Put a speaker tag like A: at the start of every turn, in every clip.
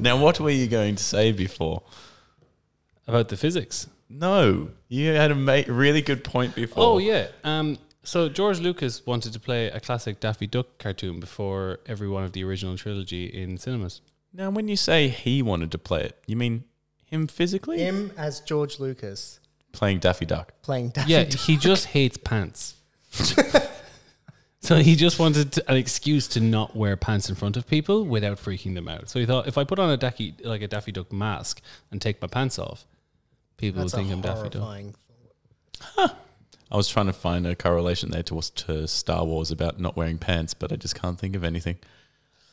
A: Now, what were you going to say before?
B: about the physics.
A: No, you had a ma- really good point before.
B: Oh yeah. Um, so George Lucas wanted to play a classic Daffy Duck cartoon before every one of the original trilogy in cinemas.
A: Now, when you say he wanted to play it, you mean him physically
C: Him as George Lucas
A: playing Daffy Duck?
C: playing Daffy
B: Yeah,
C: Duck.
B: he just hates pants. so he just wanted to- an excuse to not wear pants in front of people without freaking them out. So he thought, if I put on a Daffy like a Daffy Duck mask and take my pants off, people
C: That's
B: will think
C: a
B: I'm Daffy Duck.
C: horrifying thought.
A: I was trying to find a correlation there to, to Star Wars about not wearing pants, but I just can't think of anything.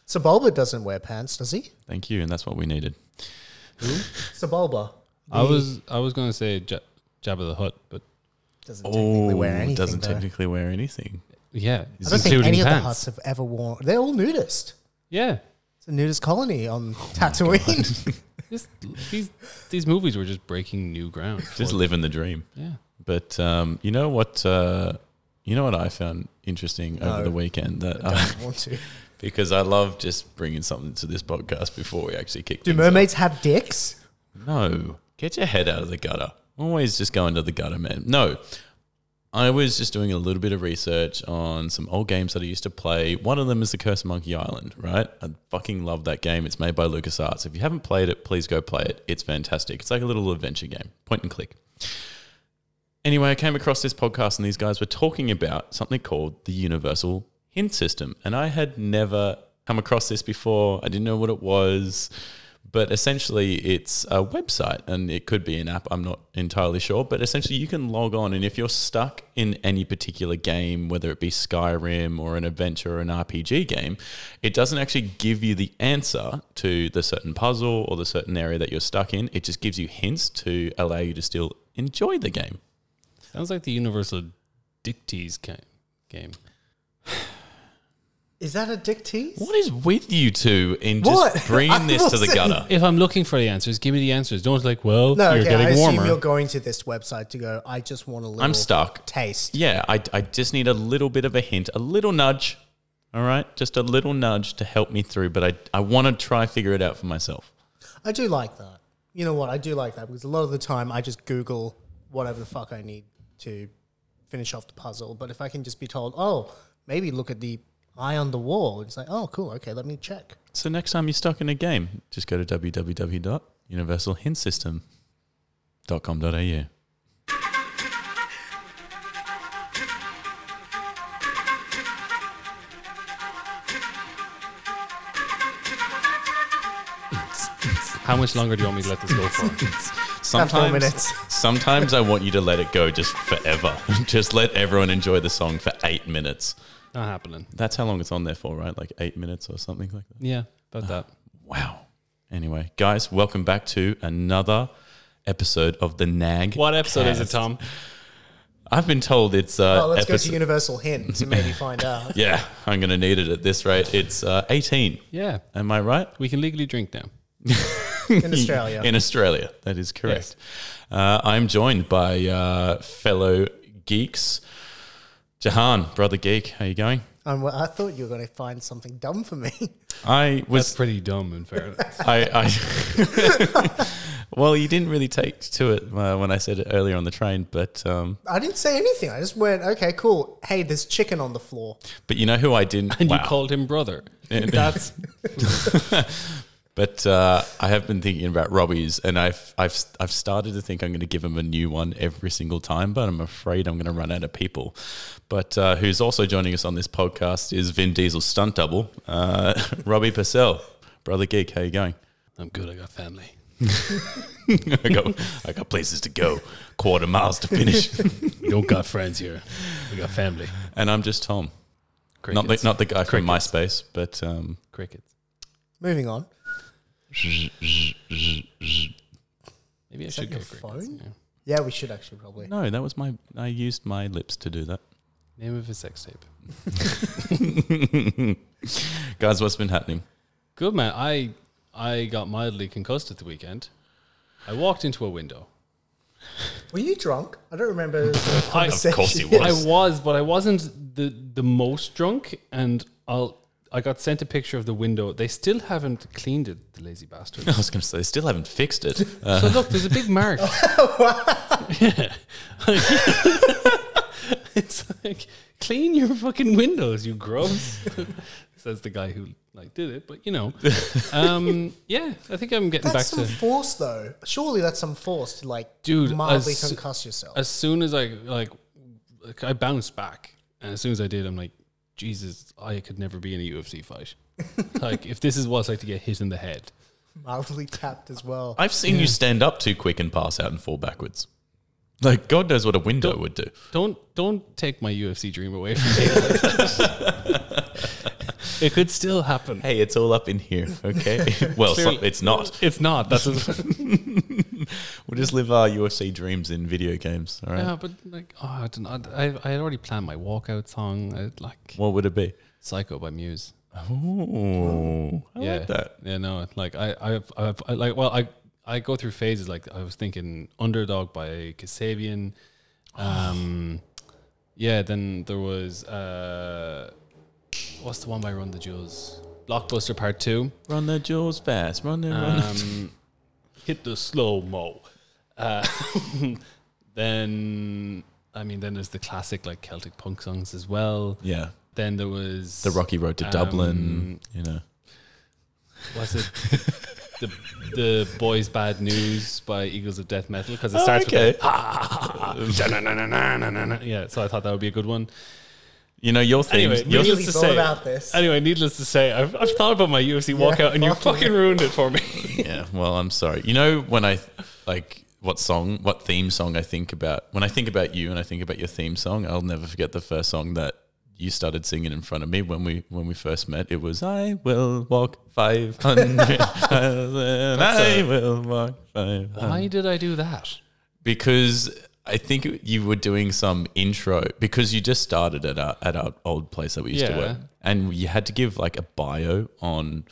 C: So Bulba doesn't wear pants, does he?
A: Thank you, and that's what we needed.
C: So Bulba
B: I was I was gonna say J- Jabba the Hutt, but
C: doesn't technically wear anything.
A: Oh, doesn't
C: though.
A: technically wear anything.
B: yeah,
C: I don't think
B: including
C: any of the
B: pants.
C: huts have ever worn. They're all nudist.
B: yeah,
C: It's a nudist colony
B: Oh
C: on Tatooine.
B: This, these these movies were just breaking new ground.
A: Just
B: Well,
A: living the dream.
B: yeah.
A: But um, you know what? Uh, you know what I found interesting over
C: No.
A: the weekend that
C: I
A: I,
C: don't want to.
A: because I love just bringing something to this podcast before we actually kick.
C: Do
A: things off.
C: mermaids have dicks?
A: No, get your head out of the gutter. Always just go into the gutter, man. No, I was just doing a little bit of research on some old games that I used to play. One of them is The Curse of Monkey Island, right? I fucking love that game. It's made by LucasArts. If you haven't played it, please go play it. It's fantastic. It's like a little adventure game, point and click. Anyway, I came across this podcast and these guys were talking about something called the Universal Hint System. And I had never come across this before. I didn't know what it was. But essentially, it's a website and it could be an app. I'm not entirely sure. But essentially, you can log on. And if you're stuck in any particular game, whether it be Skyrim or an adventure or an RPG game, it doesn't actually give you the answer to the certain puzzle or the certain area that you're stuck in. It just gives you hints to allow you to still enjoy the game.
B: Sounds like the Universal Dicties ca- game.
C: Is that a dick tease?
A: What is with you two in just
C: What?
A: bringing
C: I
A: this to the
C: wasn't-
A: gutter?
B: If I'm looking for the answers, give me the answers. Don't like, well,
C: No,
B: you're
C: okay, I
B: getting
C: assume
B: warmer.
C: you're going to this website to go. I just want a little.
A: I'm stuck.
C: Taste.
A: Yeah, I, I just need a little bit of a hint, a little nudge. All right, just a little nudge to help me through, but I, I want to try figure it out for myself.
C: I do like that. You know what? I do like that because a lot of the time I just Google whatever the fuck I need to finish off the puzzle. But if I can just be told, oh, maybe look at the eye on the wall, it's like, oh, cool. Okay, let me check.
A: So next time you're stuck in a game, just go to www.universalhintsystem.com.au.
B: How much longer do you want me to let this go for?
A: Sometimes,
C: minutes.
A: sometimes I want you to let it go just forever. just let everyone enjoy the song for eight minutes.
B: Not happening.
A: That's how long it's on there for, right? Like eight minutes or something like that.
B: Yeah, about that.
A: Wow. Anyway, guys, welcome back to another episode of the Nag.
B: What episode is it,
A: Cast.
B: Tom?
A: I've been told it's uh,
C: Oh, let's go
A: episode.
C: to Universal Hint to maybe find out.
A: yeah, I'm going to need it at this rate. It's uh, 18.
B: Yeah,
A: Am I right?
B: we can legally drink now.
C: In Australia.
A: In Australia, that is correct. Uh, I'm joined by uh, fellow geeks. Jahan, brother geek, how you going?
C: Um, well, I thought you were going to find something dumb for me.
A: I was
B: That's pretty dumb in fairness.
A: I, I well, you didn't really take to it uh, when I said it earlier on the train, but um,
C: I didn't say anything. I just went, okay, cool. Hey, there's chicken on the floor.
A: but you know who I didn't.
B: and
A: wow.
B: you called him brother.
A: That's. but uh, I have been thinking about Robbie's, and I've I've I've started to think I'm going to give him a new one every single time, but I'm afraid I'm going to run out of people. But uh, who's also joining us on this podcast is Vin Diesel's stunt double, uh, Robbie Purcell, brother geek. How you going?
B: I'm good. I got family.
A: I got I got places to go, quarter miles to finish.
B: We don't got friends here. We got family.
A: And I'm just Tom. Not
B: Crickets.
A: the, not the guy from MySpace, but um,
B: crickets.
C: Moving on.
B: Maybe I
C: that
B: should go
C: your
B: crickets.
C: phone?
B: yeah.
C: Yeah, we should actually probably.
A: no, that was my. I used my lips to do that.
B: Name of a sex tape.
A: Guys, what's been happening?
B: Good man. I I got mildly concussed at the weekend. I walked into a window.
C: Were you drunk? I don't remember. the
B: I,
C: conversation.
A: course you were.
B: I was, but I wasn't the the most drunk, and I'll I got sent a picture of the window. They still haven't cleaned it, the lazy bastards.
A: I was going to say, still haven't fixed it. Uh,
B: So look, there's a big mark. yeah. it's like clean your fucking windows, you grubs. Says the guy who like did it, but you know, um, yeah, I think I'm getting
C: That's some
B: back to
C: force, though. Surely that's some force to like
B: Dude,
C: mildly
B: as-
C: concuss yourself.
B: as soon as I like, like, I bounced back, and as soon as I did, I'm like, Jesus, I could never be in a UFC fight. like, if this is what it's like to get hit in the head,
C: mildly tapped as well.
A: I've seen you stand up too quick and pass out and fall backwards. Like, God knows what a window would do.
B: Don't don't take my UFC dream away from me. it could still happen.
A: Hey, it's all up in here, okay? well, so,
B: Clearly-
A: it's not.
B: It's not. That's
A: We'll just live our UFC dreams in video games, all right?
B: yeah, but like, oh, I don't know. I, I had already planned my walkout song. I like
A: What would it be?
B: "Psycho" by Muse.
A: Oh, I
B: yeah,
A: like that.
B: Yeah, no, like I, I, I, I like. Well, I, I go through phases. Like I was thinking "Underdog" by Kasabian. Um, yeah. Then there was uh, what's the one by Run the Jewels? Blockbuster Part Two.
A: Run the jewels fast. Run the run.
B: um, hit the slow mo. Uh, then I mean, then there's the classic like Celtic punk songs as well.
A: Yeah. Um,
B: Then there was
A: The Rocky Road to Dublin, you know.
B: Was it the the boys' bad news by Eagles of Death Metal because it
A: Oh,
B: starts
A: okay.
B: with a, "Ah, da-na-na-na-na-na-na-na." yeah. So I thought that would be a good one.
A: You know, your thing.
B: Anyway,
A: your-
B: needless
C: really
B: to
C: thought
B: say,
C: about this.
B: Anyway, needless to say, I've, I've thought about my UFC walkout and you
C: fucking-
B: fucking ruined it for me.
A: yeah, well, I'm sorry. You know, when I, like, what song, what theme song I think about, when I think about you and I think about your theme song, I'll never forget the first song that you started singing in front of me when we when we first met it was i will walk 500 and i will walk 500
B: Why did I do that?
A: because I think it- you were doing some intro because you just started at our at our old place that we used to
B: Yeah.
A: work, and you had to give like a bio on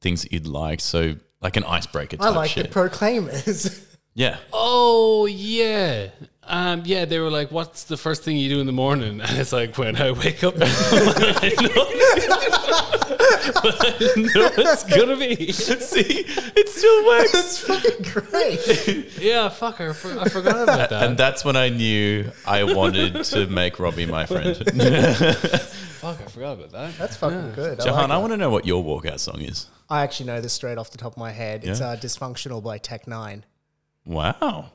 A: things that you'd like, so like an icebreaker
C: I
A: type
C: like the
A: shit.
C: Proclaimers.
A: yeah,
B: Oh yeah, um, yeah. They were like, "What's the first thing you do in the morning?" And it's like, "When I wake up." I know- I know it's gonna be.
A: see, it still works.
C: That's fucking great.
B: Yeah, fuck. I, for- I forgot about that.
A: And that's when I knew I wanted to make Robbie my friend.
B: fuck, I forgot about that.
C: That's fucking good. I,
A: Jahan,
C: like
A: I
C: it.
A: want to know what your walkout song is.
C: I actually know this straight off the top of my head. It's
A: Yeah?
C: uh, Dysfunctional by Tech Nine.
A: Wow.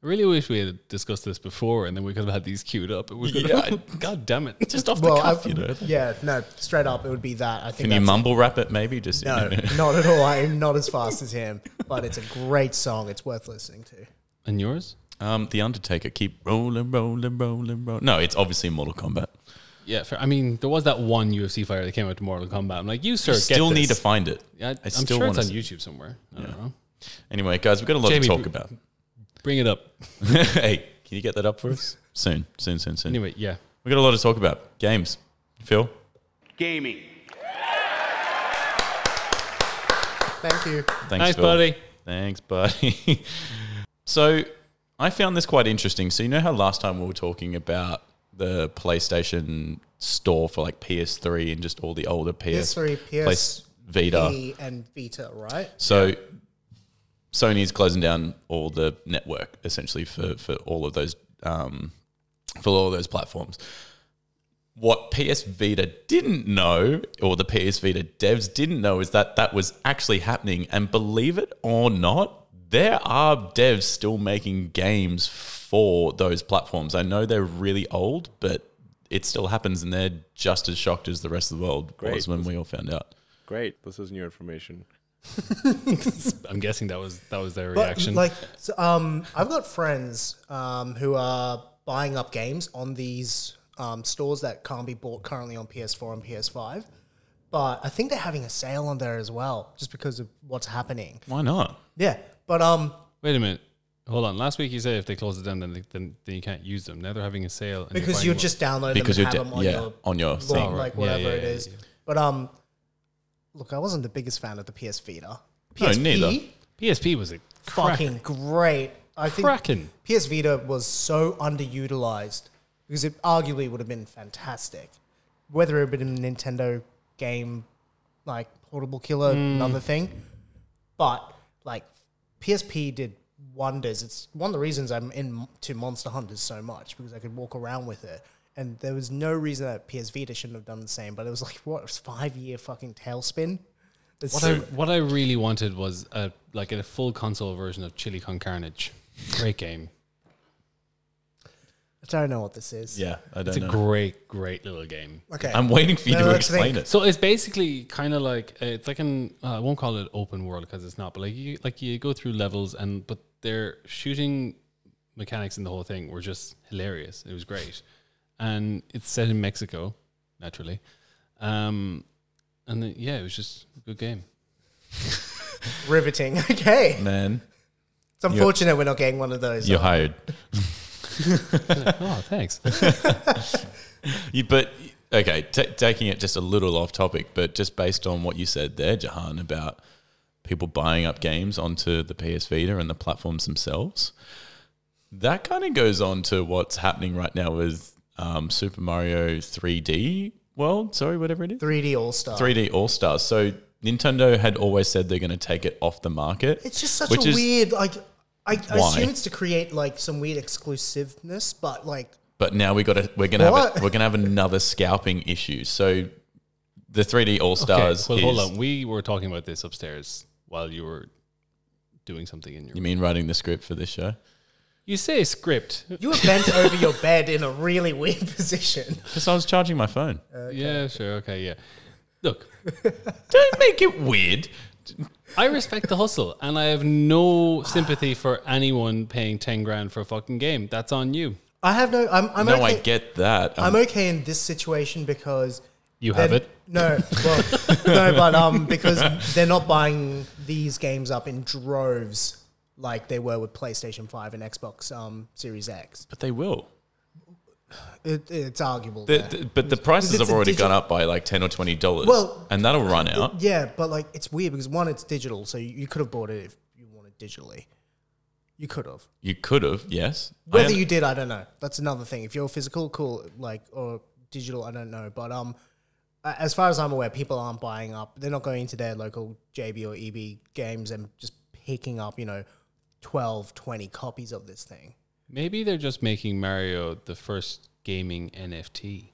B: I really wish we had discussed this before, and then we could have had these queued up. It was
A: Yeah.
B: God damn it.
A: Just off the
C: Well,
A: cuff,
C: I've,
A: you know.
C: yeah, no, straight up, it would be that. I think
A: Can you
C: that's-
A: mumble rap it maybe? Just
C: No, not at all. I am not as fast as him, but it's a great song. It's worth listening to.
B: And yours?
A: Um, The Undertaker, keep rolling, rolling, rolling, rolling. No, it's obviously Mortal Kombat.
B: Yeah, fair. I mean, there was that one UFC fighter that came out to Mortal Kombat. I'm like, you sir,
A: You still
B: get
A: need to
B: this.
A: find it.
B: I, I'm
A: still
B: sure it's
A: wanna
B: on
A: see-
B: YouTube somewhere. I don't know.
A: Anyway, guys, we've got a lot
B: Jamie,
A: to talk
B: br-
A: about.
B: Bring it up.
A: hey, can you get that up for us? Soon, soon, soon, soon.
B: Anyway, yeah.
A: We've got a lot to talk about. Games. Phil?
D: gaming.
C: Thank you.
A: Thanks,
B: Thanks,
A: Phil.
B: buddy.
A: Thanks, buddy. so I found this quite interesting. So you know how last time we were talking about the PlayStation store for like PS3 and just all the older PS,
C: PS3,
A: Place-
C: PS
A: Vita.
C: E and Vita, right?
A: So Sony's closing down all the network essentially for for all of those um, for all those platforms. What PS Vita didn't know, or the PS Vita devs didn't know, is that that was actually happening. And believe it or not, there are devs still making games for those platforms. I know they're really old, but it still happens, and they're just as shocked as the rest of the world was
E: Great.
A: when we all found out.
E: Great. This is new information.
B: I'm guessing that was that was their
C: But,
B: reaction.
C: like, so, um, I've got friends um, who are buying up games on these um, stores that can't be bought currently on PS4 and PS5. But I think they're having a sale on there as well, just because of what's happening.
A: Why not?
C: Yeah, but um,
B: Wait a minute. Hold on. Last week you said if they close it down, then they, then, then you can't use them. Now they're having a sale and
C: because
B: buying
C: you're
B: more.
C: just downloading
A: Because
C: them
A: you're
C: and have
A: de-
C: them on
A: yeah,
C: your
A: on your
C: thing,
A: thing.
C: like
B: Yeah,
C: whatever
B: yeah,
C: it
B: yeah,
C: is.
B: yeah.
C: But um, look, I wasn't the biggest fan of the PS Vita.
A: No,
C: PSP,
A: neither.
B: PSP was a cracking
C: Fucking great. I think
B: cracking.
C: PS Vita was so underutilized because it arguably would have been fantastic, whether it had been Nintendo game, like portable killer,
B: Mm.
C: another thing. But like PSP did wonders. It's one of the reasons I'm into Monster Hunters so much because I could walk around with it. And there was no reason that PS Vita shouldn't have done the same. But it was like what it was five year fucking tailspin. It's
B: What I what I really wanted was a like a full console version of Chili Con Carnage. Great game.
C: I don't know what this is.
A: Yeah, I
B: It's
A: don't
B: a
A: know.
B: great, great little game.
C: Okay.
A: I'm waiting for you
C: No,
A: to
C: let's
A: explain
C: think.
A: it.
B: So it's basically kind of like uh, it's like an uh, I won't call it open world because it's not, but like you like you go through levels and but their shooting mechanics in the whole thing were just hilarious. It was great, and it's set in Mexico, naturally, um, and then, yeah, it was just a good game.
C: Riveting. Okay.
A: Man,
C: It's unfortunate we're not getting one of those.
A: you're hired.
B: oh, thanks.
A: You, but okay, ta taking it just a little off topic, but just based on what you said there, Jahan, about people buying up games onto the PS Vita and the platforms themselves, that kind of goes on to what's happening right now with um, Super Mario 3D World. Sorry, whatever it is,
C: 3D All Star.
A: 3D All Stars. So Nintendo had always said they're going to take it off the market.
C: It's just such
A: which
C: a
A: is-
C: weird like. I, I
A: Why?
C: assume it's to create like some weird exclusiveness, but like
A: But now we got to we're gonna have
C: What?
A: a, we're gonna have another scalping issue. So the 3D All Stars.
B: Okay, well, hold
A: is-
B: on. We were talking about this upstairs while you were doing something in your.
A: You mean writing the script for this show?
B: You say script.
C: you were bent over your bed in a really weird position.
A: Because I was charging my phone.
B: Yeah, sure. Okay, yeah. Look,
A: Don't make it weird.
B: I respect the hustle, and I have no sympathy for anyone paying ten grand for a fucking game. That's on you.
C: I have no. I'm. I'm
A: no,
C: okay.
A: I get that.
C: I'm
A: Um,
C: okay in this situation because
B: You have
C: they're-
B: it.
C: No, well, no, but um, because they're not buying these games up in droves like they were with PlayStation Five and Xbox um Series X.
A: but they will.
C: It, it's arguable.
A: The,
C: there.
A: the- but the prices
C: Because it's
A: have
C: a
A: already
C: digital-
A: gone up by like ten or twenty dollars.
C: Well,
A: and that'll run out.
C: Yeah, but like it's weird because one, it's digital, so you, you could have bought it if you wanted digitally. You could have.
A: You could have, yes. I
C: Whether
A: am-
C: you did, I don't know. That's another thing. If you're physical, cool. Like or digital, I don't know. But um, a- as far as I'm aware, people aren't buying up. They're not going to their local JB or EB games and just picking up, you know, 12, 20 copies of this thing.
B: Maybe they're just making Mario the first gaming NFT.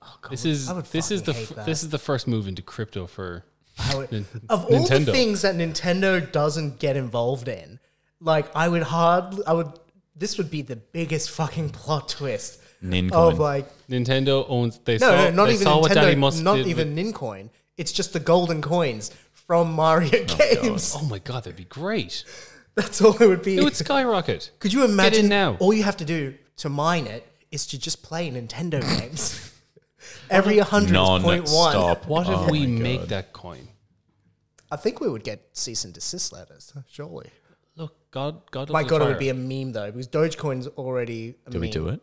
C: Oh, God,
B: This is
C: I would
B: this is the
C: fucking hate
B: f-
C: that.
B: this is the first move into crypto for.
C: I would- of all the
B: Nintendo.
C: things that Nintendo doesn't get involved in, like I would hardly, I would. This would be the biggest fucking plot twist
A: Nincoin.
C: of like
B: Nintendo owns. They
C: no,
B: saw,
C: no, not
B: they
C: even
B: saw what Daddy
C: Nintendo,
B: Must
C: not
B: did
C: even
B: with-
C: Nincoin. It's just the golden coins from Mario games.
B: oh my god, that'd be great.
C: That's all it would be.
B: It would skyrocket.
C: Could you imagine
B: now.
C: All you have to do to mine it is to just play Nintendo games. Every hundred point one,
A: Non-stop.
B: What if
A: Oh
B: we
A: my
B: make
A: God.
B: that coin?
C: I think we would get cease and desist letters. Surely.
B: Look, God, God.
C: My god, it would be a meme though, because Dogecoin's already. A
A: Do we
C: meme.
A: do it?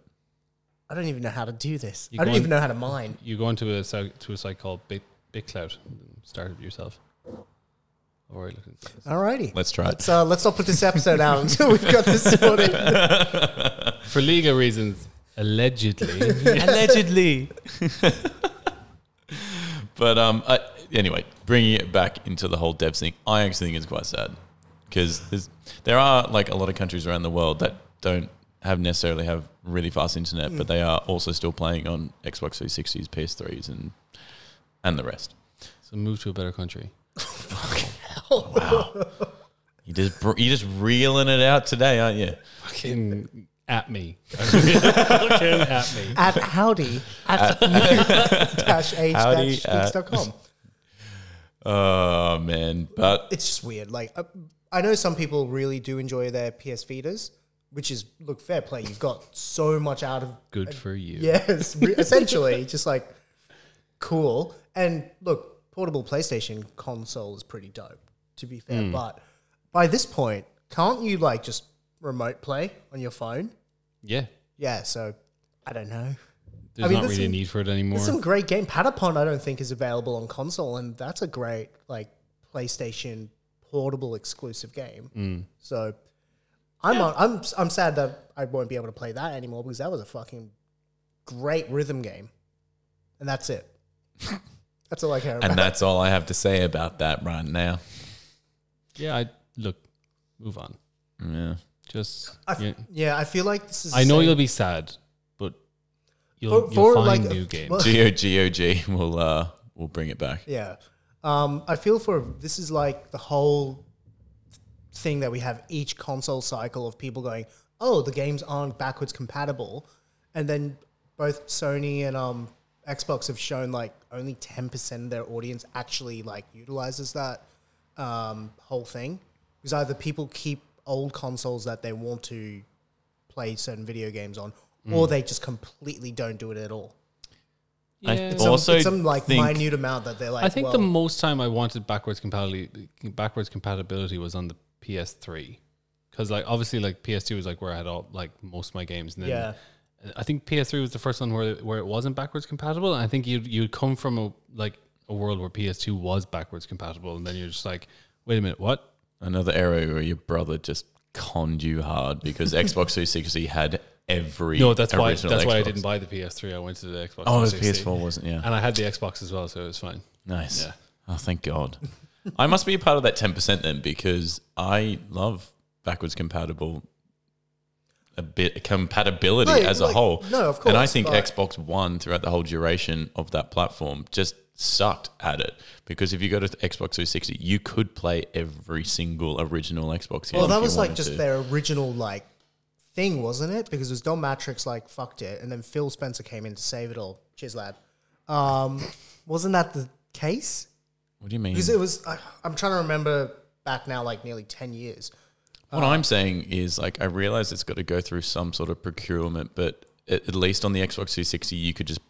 C: I don't even know how to do this.
B: You
C: I don't
B: go
C: even
B: on-
C: know how to mine.
B: you go onto a site, to a site called Big BitCloud and start it yourself. Or look at this.
C: Alrighty,
A: Let's try it.
C: let's uh, let's not put this episode out until we've got this sorted.
B: For legal reasons, allegedly.
A: Allegedly. but um, I, anyway, bringing it back into the whole devs thing, I actually think it's quite sad because there are like a lot of countries around the world that don't have necessarily have really fast internet, but they are also still playing on Xbox 360s, PS3s, and and the rest.
B: so move to a better country.
A: You just br- you just reeling it out today, aren't you?
B: Fucking at me. Fucking at me.
C: at howdy uh, at dash h
A: Howdy uh,
C: dash
A: at-
C: dot com.
A: Oh man, but
C: It's just weird. Like I, I know some people really do enjoy their PS Vitas, which is look fair play. You've got so much out of
B: Good for you.
C: Yes, re- essentially, just like cool. And look, portable PlayStation console is pretty dope, to be fair. But by this point, can't you like just remote play on your phone?
B: Yeah.
C: Yeah, so I don't know.
B: There's not
C: mean, there's
B: really a
C: some-
B: need for it anymore.
C: There's some great game. Patapon, I don't think, is available on console, and that's a great like PlayStation portable exclusive game.
B: Mm.
C: So I'm on, I'm I'm sad that I won't be able to play that anymore because that was a fucking great rhythm game, and that's it. That's all I care about.
A: And that's all I have to say about that right now.
B: Yeah, I look, move on.
A: Yeah.
B: Just
C: I
B: yeah.
C: f- yeah, I feel like this is.
B: I know
C: the same-
B: you'll be sad, but you'll,
C: For-
B: you'll
C: for,
B: find
C: like,
B: new
C: a-
B: games.
C: well-
A: G O G O G will uh will bring it back.
C: Yeah. Um, I feel for this is like the whole thing that we have each console cycle of people going, oh, the games aren't backwards compatible. And then both Sony and um, Xbox have shown like only 10% of their audience actually like utilizes that um, whole thing. Because either people keep old consoles that they want to play certain video games on, or they just completely don't do it at all.
A: I
B: Yeah.
A: thought- Also
C: it's some like
A: think-
C: minute amount that they're like.
B: I think
C: well,
B: the most time I wanted backwards compatibility backwards compatibility was on the PS3 because like obviously like PS2 was like where I had all like most of my games and then
C: Yeah.
B: I think PS3 was the first one where where it wasn't backwards compatible and I think you you'd come from a like a world where PS2 was backwards compatible and then you're just like wait a minute what
A: Another area where your brother just conned you hard because Xbox 360 had every
B: no that's why that's
A: original
B: why I
A: Xbox.
B: didn't buy the PS3 I went to the Xbox
A: Oh, it was
B: 360.
A: PS4, wasn't it? Yeah.
B: and I had the Xbox as well so it was fine
A: Nice.
B: Yeah.
A: Oh, thank God. I must be a part of that 10% then because I love backwards compatible a bit compatibility
C: Right,
A: as a
C: like-
A: whole.
C: no, of
A: And I
C: course,
A: think
C: but-
A: Xbox One throughout the whole duration of that platform just sucked at it because if you go to Xbox 360, you could play every single original Xbox game.
C: Well, that
A: if you
C: was like
A: wanted
C: just
A: to.
C: their original like thing, wasn't it? Because it was Don Matrix like fucked it, and then Phil Spencer came in to save it all. Cheers, lad. Um, wasn't that the case?
A: What do you mean?
C: Because it was. I, I'm trying to remember back now, like nearly ten years.
A: What I'm saying is, like, I realize it's got to go through some sort of procurement, but at, at least on the Xbox 360, you could just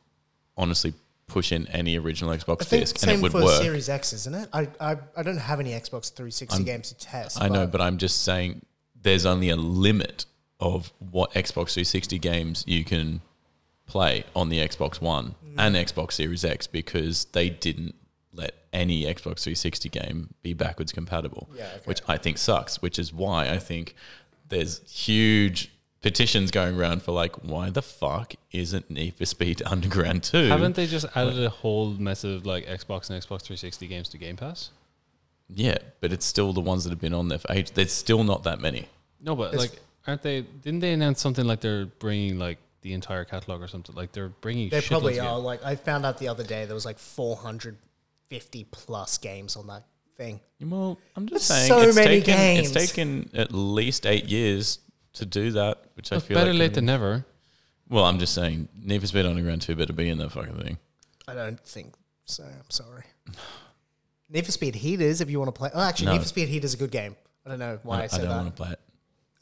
A: honestly push in any original
C: I
A: Xbox
C: think
A: disc and
C: same
A: it would
C: for
A: work.
C: Series X, isn't it? I, I I don't have any Xbox 360 games to test.
A: I know, but I'm just saying there's only a limit of what Xbox 360 games you can play on the Xbox One and Xbox Series X because they didn't let any Xbox 360 game be backwards compatible, which I think sucks, which is why I think there's huge petitions going around for like, why the fuck isn't Need for Speed Underground 2?
B: haven't they just added a whole mess of like Xbox and Xbox 360 games to Game Pass
A: yeah, but it's still the ones that have been on there for ages. There's still not that many.
B: No, but
C: It's-
B: like, aren't they? Didn't they announce something like they're bringing like the entire catalog or something? Like they're bringing.
C: they
B: shitloads
C: probably
B: of
C: are.
B: games.
C: Like I found out the other day, there was like 450 plus games on that thing.
A: Well, I'm just
C: That's
A: saying
C: so
A: it's,
C: many
A: taken,
C: games.
A: it's taken at least eight years to do that, which I
B: That's
A: feel
B: better
A: like
B: late than never.
A: Well, I'm just saying Need for Speed Underground 2 better be in that fucking thing.
C: I don't think so. I'm sorry. Need for Speed Heat is if you want to play. Oh, actually,
A: No.
C: Need for Speed Heat is a good game. I don't know why I,
A: I
C: said
A: don't
C: that.
A: want to play it.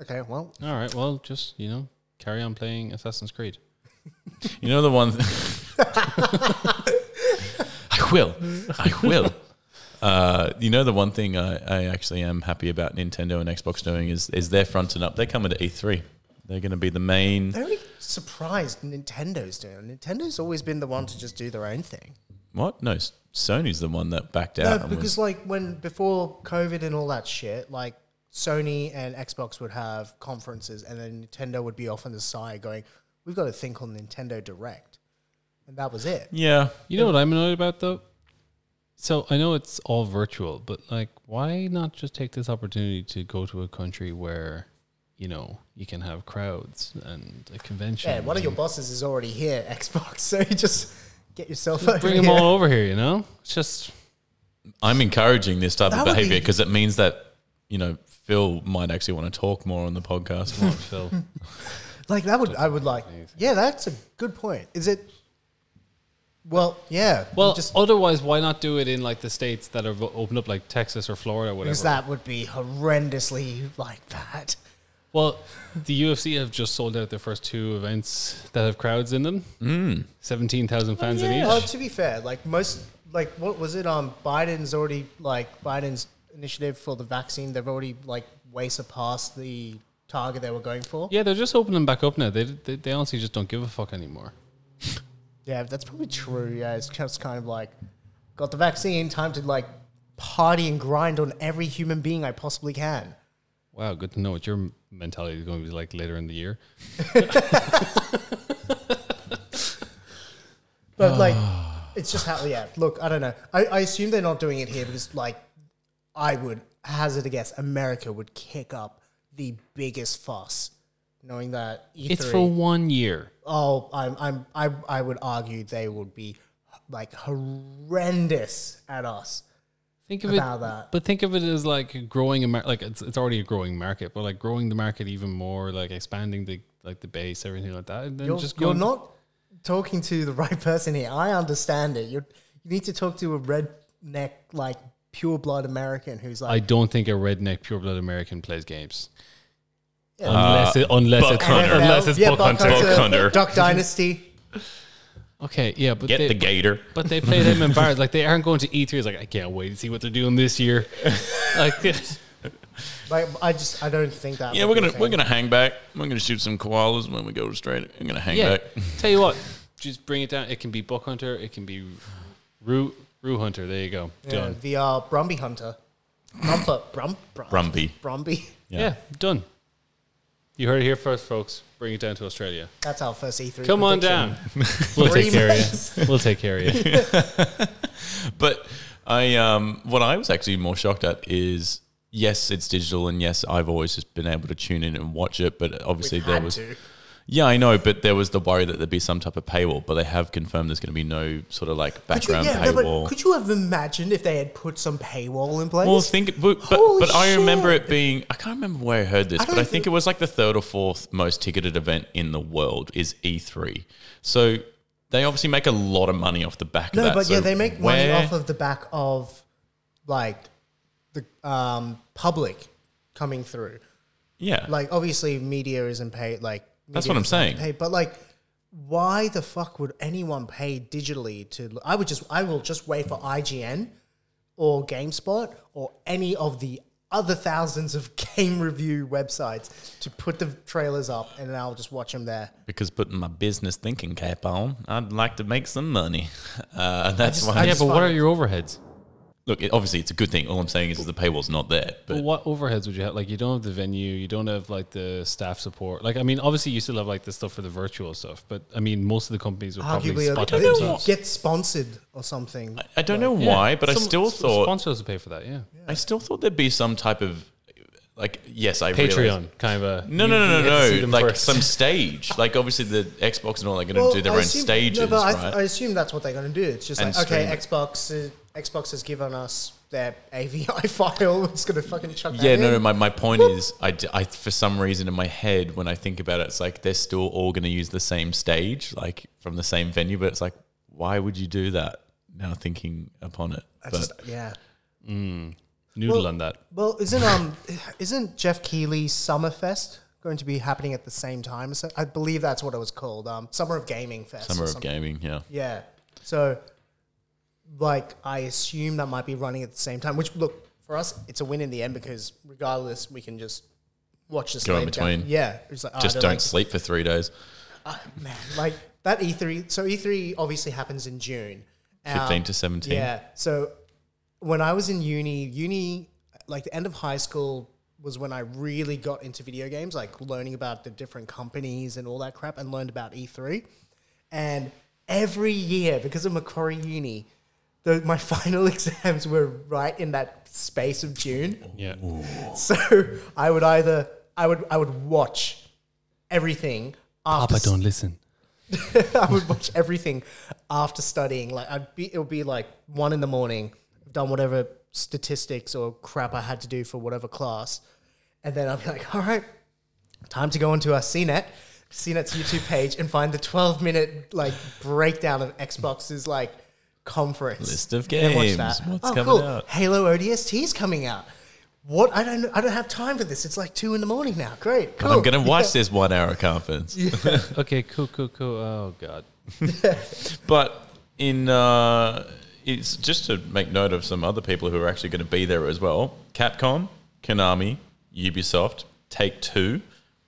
C: Okay, well,
B: All right, well, just you know, carry on playing Assassin's Creed.
A: You know the one. I will. I will. Uh, you know the one thing I, I actually am happy about Nintendo and Xbox doing is is they're fronting up. They're coming to E3. E They're going to be the main.
C: very surprised Nintendo's doing. it. Nintendo's always been the one to just do their own thing.
A: What? No, S- Sony's the one that backed out.
C: no,
A: and was-
C: because like when before COVID and all that shit, like Sony and Xbox would have conferences, and then Nintendo would be off on the side going, "We've got a thing called Nintendo Direct," and that was it.
A: yeah,
B: You know what I'm annoyed about though. So I know it's all virtual, but like, why not just take this opportunity to go to a country where, you know, you can have crowds and a convention?
C: Yeah, one of your bosses is already here, Xbox. So you just get yourself over
B: bring them
C: here.
B: all over here. You know, it's just
A: I'm encouraging this type
C: That
A: of
C: would
A: behavior
C: be-
A: because it means that you know Phil might actually want to talk more on the podcast.
B: come on, Phil.
C: Like that would I would like. Yeah, that's a good point. Is it? Well, yeah. you
B: Well,
C: just
B: otherwise, why not do it in like the states that have opened up, like Texas or Florida, or whatever?
C: because that would be horrendously like that.
B: well, the UFC have just sold out their first two events that have crowds in them. Mm. Seventeen thousand fans in
C: Well,
B: each.
C: to be fair, like most, like what was it? Um, Biden's already like Biden's initiative for the vaccine. They've already like way surpassed the target they were going for.
B: Yeah, they're just opening back up now. They, they they honestly just don't give a fuck anymore.
C: Yeah, that's probably true. Yeah, it's just kind of like got the vaccine, time to like party and grind on every human being I possibly can.
B: Wow, good to know what your mentality is going to be like later in the year.
C: But like,
B: Ah.
C: It's just how, yeah. Look, I don't know. I, I assume they're not doing it here because, like, I would hazard a guess America would kick up the biggest fuss knowing that E3.
B: It's for one year.
C: oh, I'm, I'm, I, I would argue they would be like horrendous at us.
B: Think of
C: About
B: it,
C: that.
B: but think of it as like growing a mar- like it's it's already a growing market, but like growing the market even more, like expanding the like the base, everything like that. And then
C: You're,
B: just
C: you're
B: going,
C: not talking to the right person here. I understand it. You're, you need to talk to a redneck, like, pure blood American who's
B: I
C: like,
B: don't think a redneck pure blood American plays games.
C: Yeah.
B: Unless it, unless it's
A: Buck Hunter.
C: NFL,
B: unless it's
C: yeah,
B: Buck
C: Buck
B: Hunter.
A: Buck Hunter.
C: Duck Dynasty.
B: Okay, yeah, but
A: Get
B: they,
A: the gator.
B: but they play them in bars. Like they aren't going to E3. It's like I can't wait to see what they're doing this year. like
C: Like I just I don't think that.
A: Yeah,
C: would
A: we're
C: be a
A: gonna
C: thing.
A: we're gonna hang back. We're gonna shoot some koalas when we go straight. I'm gonna hang
B: yeah,
A: back.
B: tell you what, just bring it down. It can be Buck Hunter. It can be Roo Roo Hunter. There you go.
C: yeah,
B: Done.
C: the uh, Brumby Hunter, Brumper, Brum, Brum,
A: Brumpy.
C: Brumby.
B: Yeah. done. You heard it here first, folks. Bring it down to Australia.
C: That's our first E3.
B: Come on
C: prediction.
B: down. We'll
C: Three
B: take care
C: months.
B: of you. We'll take care of you.
A: But I um, what I was actually more shocked at is yes, it's digital, and yes, I've always just been able to tune in and watch it. But obviously
C: We've
A: there
C: had
A: was
C: to.
A: yeah, I know, but there was the worry that there'd be some type of paywall. But they have confirmed there's going to be no sort of like
C: Could you,
A: background
C: yeah, no,
A: paywall.
C: but could you have imagined if they had put some paywall in place?
A: Well, think, but, but,
C: Holy
A: but I remember
C: shit.
A: it being. I can't remember where I heard this,
C: I
A: but
C: don't
A: I think
C: think-
A: it was like the third or fourth most ticketed event in the world is E3. So they obviously make a lot of money off the back
C: no,
A: of that.
C: but yeah,
A: So
C: they make money
A: where-
C: off of the back of like the um, public coming through.
A: yeah,
C: Like obviously, media isn't paid. Like
A: That's
C: media
A: what I'm
C: doesn't have to
A: saying.
C: Pay, but like, why the fuck would anyone pay digitally to? I would just, I will just wait for IGN or GameSpot or any of the other thousands of game review websites to put the trailers up, and then I'll just watch them there.
A: because putting my business thinking cap on, I'd like to make some money. Uh, that's
C: just-
A: why.
C: I
B: yeah,
C: just
B: but what
C: find-
B: are your overheads?
A: Look, it, obviously it's a good thing. All I'm saying is the paywall's not there. But
B: But what overheads would you have? Like, you don't have the venue, you don't have like the staff support. Like, I mean, obviously, you still have like the stuff for the virtual stuff, but I mean, most of the companies would probably
C: Arguably,
B: spot
C: like,
B: that
C: they
B: themselves.
C: get sponsored or something.
A: I don't know
B: Yeah.
A: why, but I
B: Some-
A: still
B: some
A: thought
B: sponsors would pay for that. Yeah,
A: I still thought there'd be some type of like yes, I realize-
B: Patreon kind of. a-
A: No,
B: you-
A: no,
B: you
A: no,
B: get to
A: no,
B: see
A: no.
B: them
A: Like
B: first.
A: some stage. Like obviously the Xbox and all, they're going to do their
C: I
A: own
C: assume-
A: stages,
C: no, but I,
A: right?
C: I assume that's what they're going to do. It's just
A: And
C: like, okay,
A: stream it.
C: Xbox, is, Xbox has given us their AVI file. It's going to fucking chuck
A: yeah,
C: that
A: no,
C: in.
A: no. My, my point is, I, d- I- for some reason in my head when I think about it, it's like they're still all going to use the same stage, like from the same venue. But it's like, why would you do that? Now thinking upon it,
C: I
A: but
C: just- yeah.
B: noodle
C: Well-
B: on that.
C: Well, isn't um, isn't Jeff Keighley's Summerfest going to be happening at the same time? So I believe that's what it was called. Um, Summer of Gaming Fest. or
A: summer of
C: something.
A: gaming, yeah.
C: Yeah. So, like, I assume that might be running at the same time. Which, look, for us, it's a win in the end because regardless, we can just watch this.
A: Go in
C: later down.
A: between.
C: Yeah. It's like, oh,
A: Just
C: they're
A: don't
C: like-
A: sleep for three days.
C: ah, man, like that E3. So E3 obviously happens in June. Um,
A: 15 to 17.
C: yeah. So when I was in uni, uni, like the end of high school was when I really got into video games, like learning about the different companies and all that crap, and learned about E3. And every year, because of Macquarie Uni, the, my final exams were right in that space of June.
B: Yeah,
C: So I would either I would I would watch everything after
B: Papa, don't listen.
C: I would watch everything after studying. Like I'd be, it would be like one in the morning. I've done whatever statistics or crap I had to do for whatever class, and then I'd be like, all right, time to go onto our CNET, CNET's YouTube page, and find the twelve minute like breakdown of Xbox's like conference
A: List of
C: And watch
A: games.
C: that.
A: What's
C: oh,
A: coming
C: cool.
A: out?
C: Halo ODST is coming out. What I don't I don't have time for this. It's like two in the morning now. Great, cool.
A: I'm going to watch this one hour conference.
B: Okay, cool, cool, cool. Oh god.
A: But in uh, it's just to make note of some other people who are actually going to be there as well: Capcom, Konami, Ubisoft, Take Two,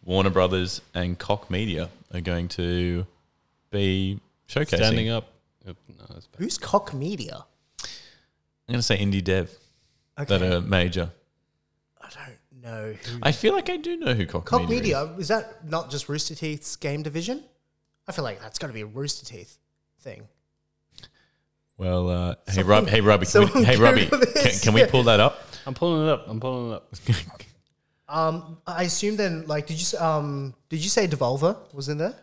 A: Warner Brothers, and Koch Media are going to be showcasing.
B: Standing up. Oop, no, that's bad.
C: Who's Cock Media?
A: I'm going to say indie dev
C: Okay,
A: that are major.
C: I don't know. Who
A: I feel like I do know who Koch,
C: Cock
A: Media.
C: Media, is that not just Rooster Teeth's game division? I feel like that's got to be a Rooster Teeth thing.
A: Well, uh, hey, Rob, hey, Robbie, can we,
C: someone
A: hey, Robbie,
C: Google
A: can,
C: this.
A: can we pull that up?
B: I'm pulling it up. I'm pulling it up.
C: Um, I assume then, like, did you s- um, did you say Devolver was in there?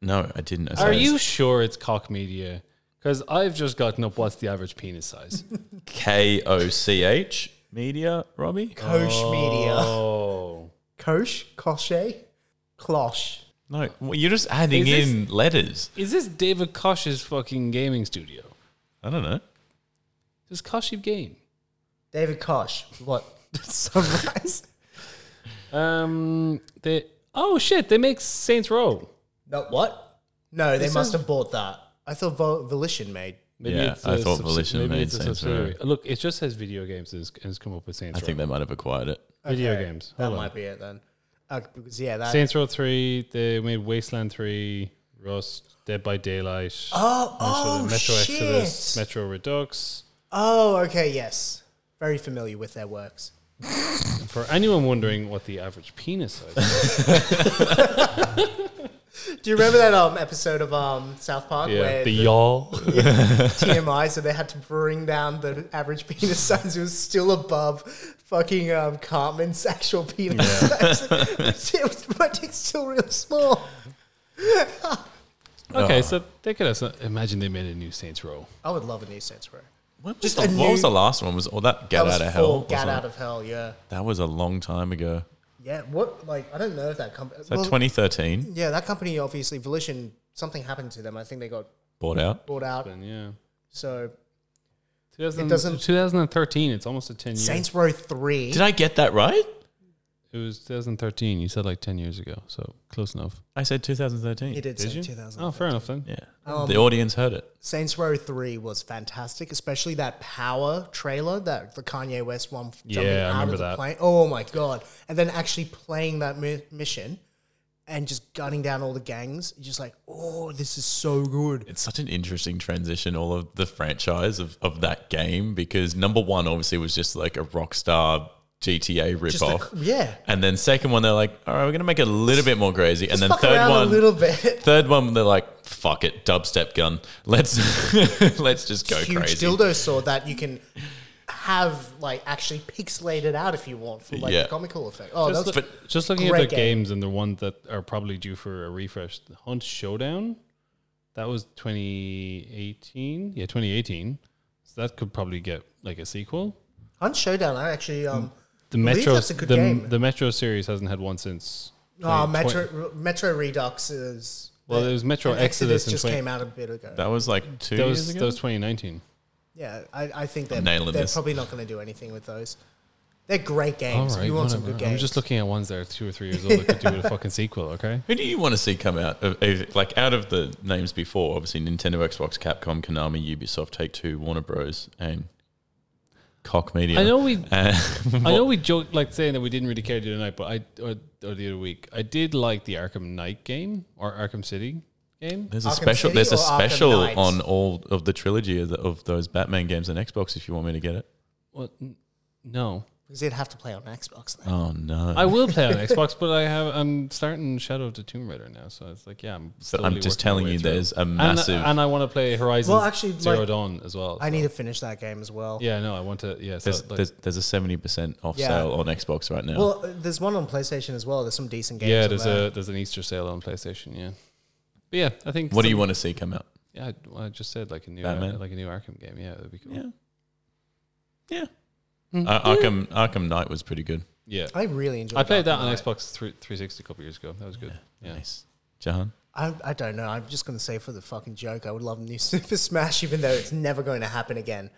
A: No, I didn't. I
B: Are
A: said-
B: you sure it's cock media? Because I've just gotten up what's the average penis size.
A: K O C H Media, Robbie?
C: Kosh Media,
B: Oh.
C: Kosh, Koshe, Klosh.
A: No, well, you're just adding
B: Is this-
A: in letters.
B: Is this David Kosh's fucking gaming studio?
A: I don't know.
B: Does Koshi game?
C: David Kosh. What? Sunrise?
B: Um, they. Oh shit! They make Saints Row.
C: No, what? No, they
B: This
C: must
B: is-
C: have bought that. I thought Vol- Volition made.
A: Yeah, I
B: a
A: thought
B: subsi-
A: Volition
B: maybe
A: made
B: it's a
A: Saints Row.
B: subsidiary. Uh, Look, it just says video games and it's, and it's come up with Saints
A: I
B: Row.
A: think they might have acquired it.
B: video
C: Okay,
B: games.
C: That
B: Hold on.
C: might be it then. Uh, because yeah, that.
B: Saints Row Three. They made Wasteland Three. Rust. Dead by Daylight.
C: oh,
B: Metro-
C: oh
B: Metro
C: shit!
B: Exodus. Metro Redux.
C: oh, okay, yes. Very familiar with their works.
B: For anyone wondering what the average penis size is,
C: Do you remember that um episode of um South Park
B: yeah,
C: where
B: the y'all.
C: TMI, so they had to bring down the average penis size. It was still above fucking um, Cartman's actual penis size. it was, my dick's still real small.
A: Oh.
B: Okay, so they could have. Some, imagine they made a new Saints Row.
C: I would love a new sense for it.
A: When was
C: Just
A: the,
C: a
A: what
C: new-
A: was the last one? Was all that Get
C: That was
A: Out of
C: full
A: Hell? or
C: Get
A: something?
C: out of hell, yeah.
A: That was a long time ago.
C: Yeah, what, like, I don't know if that company.
A: So 2013,
C: yeah, that company obviously, Volition, something happened to them. I think they got
A: bought out.
C: bought out.
B: Then yeah,
C: So,
B: 2000,
C: doesn't-
B: 2013. It's almost a ten year.
C: Saints Row 3.
A: Did I get that right?
B: It was 2013. You said like 10 years ago, so close enough.
A: I said 2013.
C: He did,
B: Did
C: say
B: you?
C: 2000.
B: Oh, fair enough then.
A: Yeah.
C: Um,
A: the audience heard it.
C: Saints Row 3 was fantastic, especially that power trailer, that the Kanye West one f- jumping
B: Yeah, I
C: out
B: remember
C: of the
B: that.
C: plane. Oh my god. And then actually playing that mi- mission and just gunning down all the gangs. You're just like, "Oh, this is so good."
A: It's such an interesting transition, all of the franchise of, of that game, because number one obviously was just like a Rockstar GTA
C: Just the-
A: ripoff.
C: yeah.
A: And then second one, they're like, all right, we're going to make it a little bit more crazy. And then
C: Fuck
A: third
C: around
A: one,
C: a little bit.
A: third one, they're like, fuck it, dubstep gun. Let's let's just go
C: Huge
A: crazy.
C: dildo sword that you can have like actually pixelated out if you want for like
A: Yeah.
C: a comical effect. Oh,
B: Just,
C: that's
B: look- just looking at
C: great
B: the
C: game.
B: games and the ones that are probably due for a refresh, the Hunt Showdown, that was 2018. Yeah, 2018. So that could probably get like a sequel.
C: Hunt Showdown. I actually um
B: The
C: Believe
B: Metro,
C: that's a good
B: the,
C: game.
B: the Metro series hasn't had one since.
C: oh,
B: twen-
C: Metro Metro Redux is
B: Mm. Well, there was Metro
C: and
B: Exodus, in
C: just
B: 20
C: came out a bit ago.
A: That was like two
B: That
A: years
B: was,
A: ago.
B: that was 2019.
C: Yeah, I, I think they're,
A: I'm nailing
C: they're
A: this.
C: probably not going to do anything with those. They're great
B: All
C: games.
B: right,
C: you want some good
B: whatever.
C: games.
B: I'm just looking at ones that are two or three years old that could do with a fucking sequel. Okay.
A: Who do you want to see come out of, of- like out of the names before? Obviously, Nintendo, Xbox, Capcom, Konami, Ubisoft, Take Two, Warner Bros, and Cock Media.
B: I know we
A: Uh,
B: I know we joked like saying that we didn't really care the other night, but I or, or the other week I did like the Arkham Knight game or Arkham City game.
A: there's a
C: Arkham
A: special.
C: City
A: there's a
C: or Arkham
A: special
C: Knight?
A: on all of the trilogy of, the, of those Batman games on Xbox. If you want me to get it.
B: Well, n- no,
C: because you'd have to play on Xbox. Then.
A: Oh no!
B: I will play on Xbox, but I have I'm starting Shadow of the Tomb Raider now, so it's like yeah, I'm.
A: but I'm
B: slowly
A: just
B: working my
A: telling
B: way
A: you,
B: through.
A: there's a
B: and, uh,
A: massive.
B: and I want to play Horizon.
C: Well, actually,
B: Zero
C: like-
B: Dawn as well.
C: I need to finish that game as well.
B: yeah, no, I want to. Yeah, so
A: there's,
B: like,
A: there's there's a seventy percent off
C: Yeah.
A: sale on Xbox right now.
C: Well, uh, there's one on PlayStation as well. There's some decent games.
B: yeah,
C: on
B: there's
C: there.
B: a there's an Easter sale on PlayStation. Yeah, but yeah, I think.
A: what do you want to see come out?
B: Yeah, I- well, I just said like a new
A: Batman?
B: like a new Arkham game. Yeah, that'd be cool.
A: Yeah, yeah.
C: Hmm.
A: Uh, Arkham Arkham Knight was pretty good.
B: yeah.
C: I really enjoyed.
B: I played that
C: Arkham
B: on
C: Knight.
B: Xbox three, 360 a couple years ago. That was good. Yeah.
A: Nice, Jahan.
C: I, I don't know. I'm just going to say for the fucking joke, I would love a new Super Smash, even though it's never going to happen again.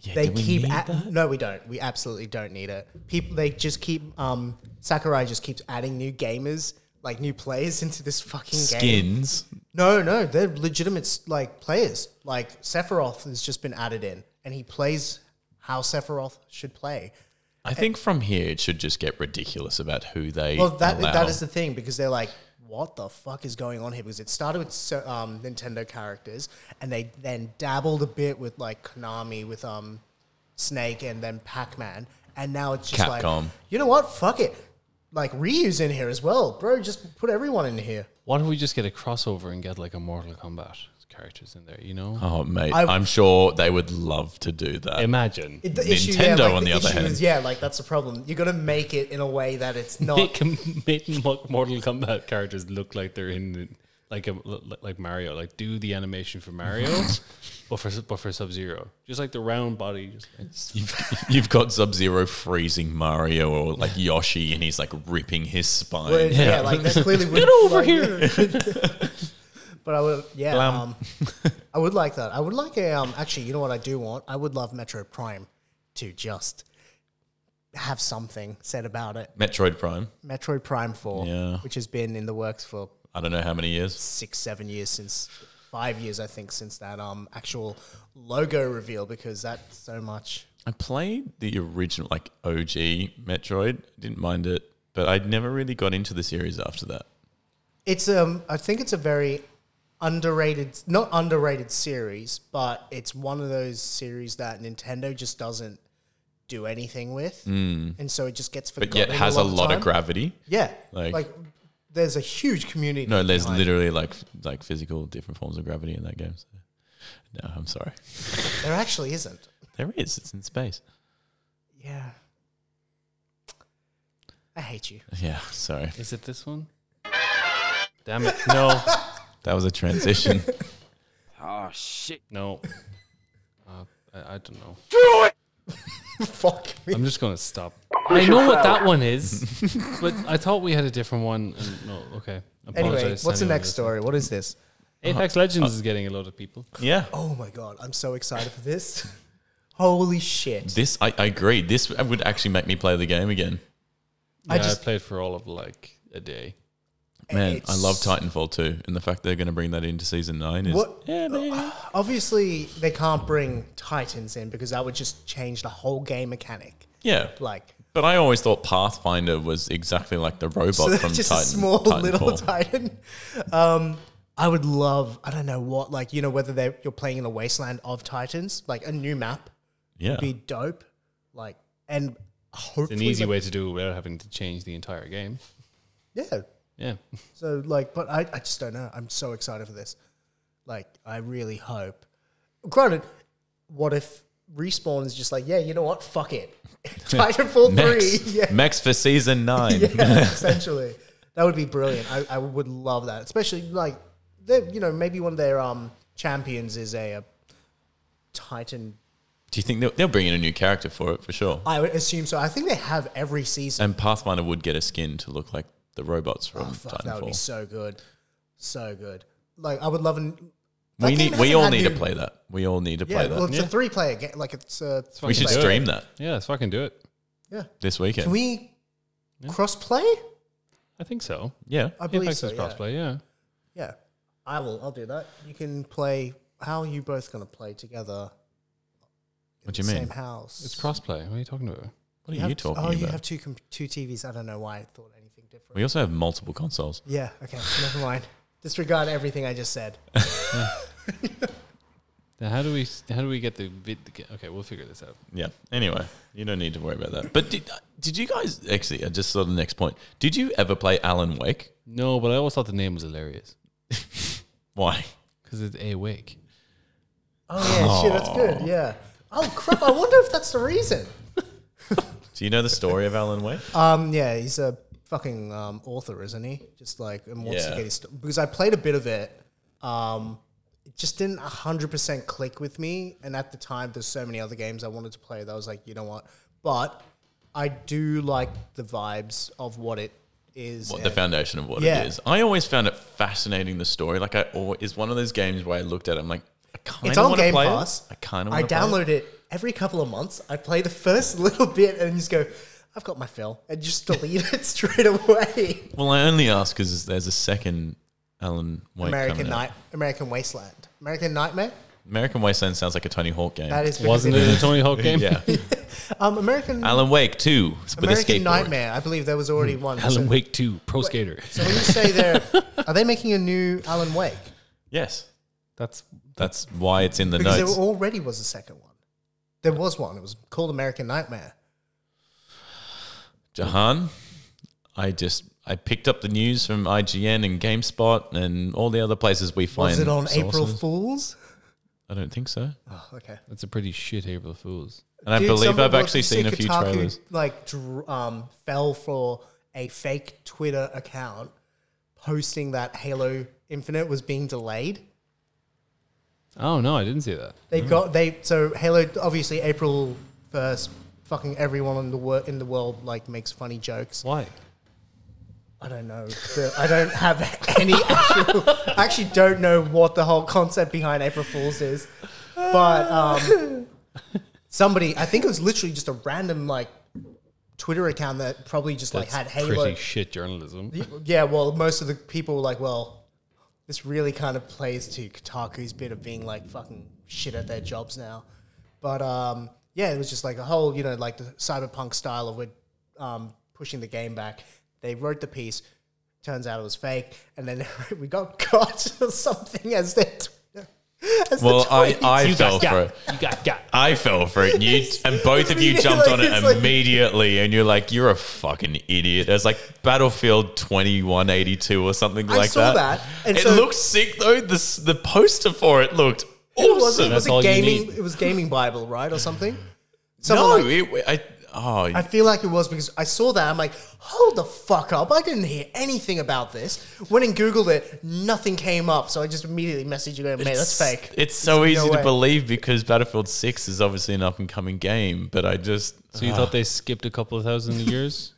A: Yeah,
C: They
A: do we
C: keep
A: need
C: at,
A: that?
C: no, we don't. We absolutely don't need it. People, they just keep um Sakurai just keeps adding new gamers, like new players into this fucking game.
A: skins.
C: No, no, they're legitimate like players. Like Sephiroth has just been added in, and he plays how Sephiroth should play.
A: I think from here it should just get ridiculous about who they.
C: Well, that
A: allow.
C: that is the thing because they're like, what the fuck is going on here? Because it started with so- um, Nintendo characters, and they then dabbled a bit with like Konami with um Snake and then Pac Man, and now it's just
A: Capcom.
C: like, you know what? Fuck it. Like Ryu's in here as well, bro. Just put everyone in here.
B: Why don't we just get a crossover and get like a Mortal Kombat characters in there, you know?
A: Oh mate,
C: I-
A: i am sure they would love to do that.
B: Imagine.
C: It- the
A: Nintendo, on the other
C: issue
A: hand.
C: is, yeah, like that's the problem. You got to make it in a way that it's not.
B: Make, make Mo- Mortal Kombat characters look like they're in like a, like Mario. Like do the animation for Mario, but for but for Sub Zero, just like the round body. Just like,
A: You've, you've got Sub Zero freezing Mario or like Yoshi, and he's like ripping his spine.
C: where- yeah. like that clearly. Get
B: over
C: here. but I would, yeah,
A: Glam.
C: um, I would like that. I would like a. Um, actually, you know what I do want? I would love Metro Prime to just have something said about it.
A: Metroid Prime.
C: Metroid Prime Four,
A: Yeah.
C: which has been in the works for
A: I don't know how many years.
C: six, seven years since five years, I think, since that um actual logo reveal because that's so much.
A: I played the original, like OG Metroid. Didn't mind it, but I never really got into the series after that.
C: It's um, I think it's a very underrated, not underrated series, but it's one of those series that Nintendo just doesn't do anything with, mm. and so it just gets forgotten.
A: Hmm. But yet has a lot of
C: time.
A: gravity.
C: Yeah,
A: like-
C: like, there's a huge community.
A: No, there's
C: behind it.
A: literally like like physical different forms of gravity in that game. So. No, I'm sorry.
C: there actually isn't.
A: There is. It's in space.
C: Yeah, I hate you.
A: Yeah, sorry.
B: is it this one? Damn it! No,
A: That was a transition.
D: Oh shit.
B: no. Uh, I, I don't know.
C: Fuck me.
B: I'm just gonna stop. I know what that one is, but I thought we had a different one. And no, okay.
C: Anyway,
B: Apologize to
C: what's the
B: anyone
C: next
B: listening.
C: story? What is this?
B: Apex Legends is getting a lot of people.
A: yeah.
C: Oh my god, I'm so excited for this. Holy shit.
A: This I, I agree. This would actually make me play the game again.
B: I
C: I
B: just
C: just-
B: played for all of like a day.
A: Man, I love
C: It's-
A: Titanfall 2 and the fact they're going to bring that into season 9 is
C: What?
A: Yeah, man.
C: Obviously, they can't bring Titans in because that would just change the whole game mechanic.
A: Yeah.
C: Like,
A: But I always thought Pathfinder was exactly like the robot
C: so
A: from
C: that's just
A: Titan,
C: a small little
A: Titanfall.
C: Titan. Um, I would love, I don't know what, like, you know, whether they you're playing in the wasteland of Titans, like a new map
A: Yeah.
C: be dope. Like, and hopefully.
B: It's an easy
C: like-
B: way to do it without having to change the entire game.
C: Yeah.
B: Yeah.
C: So like, but I, I just don't know. I'm so excited for this. Like, I really hope. Granted, what if Respawn is just like, yeah, you know what? Fuck it. Titanfall
A: Max,
C: three. Yeah,
A: Max for season 9.
C: yeah, essentially. That would be brilliant. I, I would love that. Especially like they you know, maybe one of their um champions is a, a Titan
A: Do you think they'll, they'll bring in a new character for it for sure?
C: I would assume so. I think they have every season. Oh,
A: And Pathfinder would get a skin to look like the robots from
C: Fuck, that would be
A: Titanfall.
C: so good. So good. Like I would love an that
A: we
C: game
A: need we
C: hasn't
A: all
C: had
A: need to
C: new-
A: play that. We all need to
C: Yeah,
A: play that.
C: well, it's
B: Yeah.
C: a three-player game. Like it's uh,
A: we
B: fucking
A: should
B: do it.
A: stream that
B: Yeah, let's fucking do it.
C: yeah.
A: this weekend.
C: Can we cross-play?
B: I think so.
A: yeah.
C: I believe
B: Apex
C: so.
B: is
C: Yeah.
B: crossplay, yeah.
C: yeah, I will. I'll do that. You can play. How are you both going to play together? in
A: What do
C: the
A: you mean?
C: Same house.
B: It's crossplay. What are you talking about?
A: What are you,
C: have-
A: talking
C: Oh,
A: about?
C: you have two com- two TVs. I don't know why I thought anything different.
A: we also have multiple consoles.
C: yeah. Okay. never mind. Disregard everything I just said.
B: Then how do we how do we get the vid? Okay, we'll figure this out.
A: Yeah. Anyway, you don't need to worry about that. But did, did you guys actually? I just saw the next point. Did you ever play Alan Wake?
B: No, but I always thought the name was hilarious
A: Why?
B: because it's a wake.
C: Oh yeah. Shit. That's good. Yeah. Oh crap! I wonder if that's the reason.
A: Do you know the story of Alan Wake?
C: Um. Yeah. He's a fucking um, author, isn't he? Just like and wants
A: Yeah.
C: to get his st- because I played a bit of it. Um. It just didn't hundred percent click with me, and at the time, there's so many other games I wanted to play that I was like, you know what? But I do like the vibes of what it is.
A: What the
C: and-
A: foundation of what
C: Oh, Yeah.
A: it is. I always found it fascinating the story. Like I always is one of those games where I looked at it. I'm like, I kind
C: It's
A: of
C: on
A: want to
C: Game
A: play
C: Pass.
A: it. I kind of
C: I download it every couple of months. I play the first little bit and just go, I've got my fill, and just delete it straight away.
A: Well, I only ask because there's a second Alan Wake.
C: American
A: coming out.
C: Night, American Wasteland, American Nightmare.
A: American Wasteland sounds like a Tony Hawk game.
C: That is because
B: Wasn't it a Tony Hawk game?
A: yeah.
C: Um, American
A: Alan Wake too with a skateboard.
C: American Nightmare. I believe there was already one.
B: Alan
C: so,
B: Wake 2, Pro Skater.
C: so when you say there, are they making a new Alan Wake?
A: Yes,
B: That's
A: that's why it's in the
C: Because
A: notes.
C: there already was a second one. There was one. It was called American Nightmare.
A: Jahan, I just I picked up the news from IGN and GameSpot and all the other places we find.
C: Was it on
A: sources.
C: April Fool's?
A: I don't think so.
C: Oh, okay.
B: That's a pretty shit April Fools.
A: And I
C: Dude,
A: believe
C: someone-
A: I've
C: well,
A: actually
C: you see
A: seen a few
C: Kotaku,
A: trailers.
C: Like dr- um, fell for a fake Twitter account posting that Halo Infinite was being delayed.
B: Oh no, I didn't see that.
C: They
A: Mm-hmm.
C: got they so Halo obviously April first. Fucking everyone in the wor- in the world like makes funny jokes.
B: Why?
C: I don't know. The- I don't have any actual. I actually don't know what the whole concept behind April Fools is, but um, somebody, I think it was literally just a random like Twitter account that probably just
B: That's
C: like had
B: pretty
C: Halo.
B: shit journalism.
C: yeah, well, most of the people were like, well, this really kind of plays to Kotaku's bit of being like fucking shit at their jobs now. But um, yeah, it was just like a whole, you know, like the cyberpunk style of it, um, pushing the game back. They wrote the piece. Turns out it was fake, and then we got caught or something as their. Twitter- as the
A: Well, I,
C: tweet.
A: I fell for it.
B: You got got.
A: I fell for it, and, you, and both of you
C: Really,
A: jumped on it
C: it's like-
A: immediately, and you're like, "You're a fucking idiot." It's like Battlefield 2182 or something
C: I
A: like
C: saw
A: that.
C: that, and
A: it
C: so-
A: looked sick though. The s- the poster for it looked
C: It was,
A: awesome.
C: it was
B: That's all
C: a
B: you
C: gaming.
B: need.
C: It was gaming Bible, right, or something.
A: no,
C: Someone like-
A: it, I oh
C: I feel like it was because I saw that. I'm like, hold the fuck up. I didn't hear anything about this. Went and Googled it. Nothing came up. So I just immediately messaged you going, mate, that's
A: it's-
C: fake.
A: It's so easy to
C: way.
A: believe because Battlefield 6 is obviously an up and coming game, but I just
B: So you thought they skipped a couple of thousand years?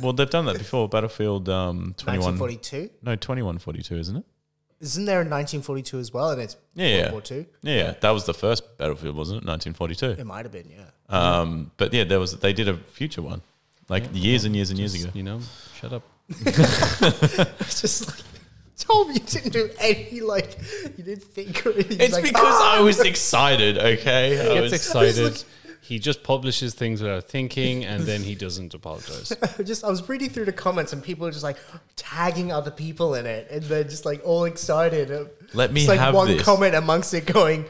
A: well they've done that before. Battlefield um 21
C: 1942?
A: No, 2142, isn't it?
C: Isn't there a 1942 as well? And it's
A: Yeah, yeah.
C: World War II?
A: Yeah, yeah, that was the first Battlefield, wasn't it? 1942.
C: It might have been, yeah.
A: Um, but yeah, there was they did a future one like years and years and years ago.
B: you know, shut up.
C: It's just like, Tom, you didn't do any, like, you didn't think or anything.
A: It's
C: like, "Ah!"
A: because I was excited, okay? I
B: Gets
A: was-
B: excited. He just publishes things without thinking, and then he doesn't apologize.
C: I just I was reading through the comments and people are just like tagging other people in it and they're just like all excited.
A: Let me
C: It's like
A: have
C: one
A: this.
C: comment amongst it going,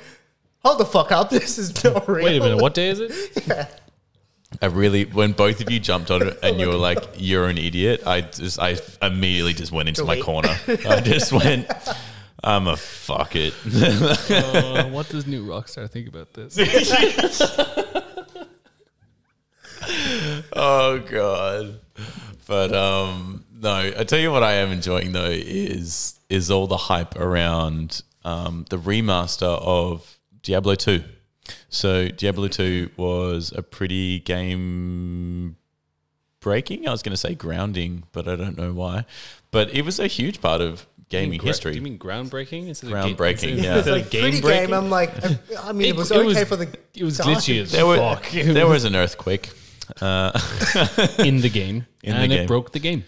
C: "Hold the fuck up! This is not real."
B: Wait a minute, what day is it?
A: I really, when both of you jumped on it and you were like, "You're an idiot," I just, I immediately just went into my
C: Delete.
A: corner. I just went, "I'm a fuck it."
B: Uh, what does new Rockstar think about this?
A: oh god! But um, no, I tell you what, I am enjoying though is is all the hype around um, the remaster of Diablo two. So Diablo two was a pretty game breaking. I was going to say grounding, but I don't know why. But it was a huge part of gaming
B: Gra-
A: history.
B: Do you mean groundbreaking? Instead of
A: Groundbreaking,
B: instead-
A: yeah.
B: instead of
C: Like pretty
B: game-breaking?
C: game. I'm like, I, I mean, it, was okay for the.
B: It was
C: time.
B: glitchy as
A: there, were-
B: fuck
A: there was an earthquake. Uh,
B: in the game,
A: In the
B: and
A: game.
B: it broke the game.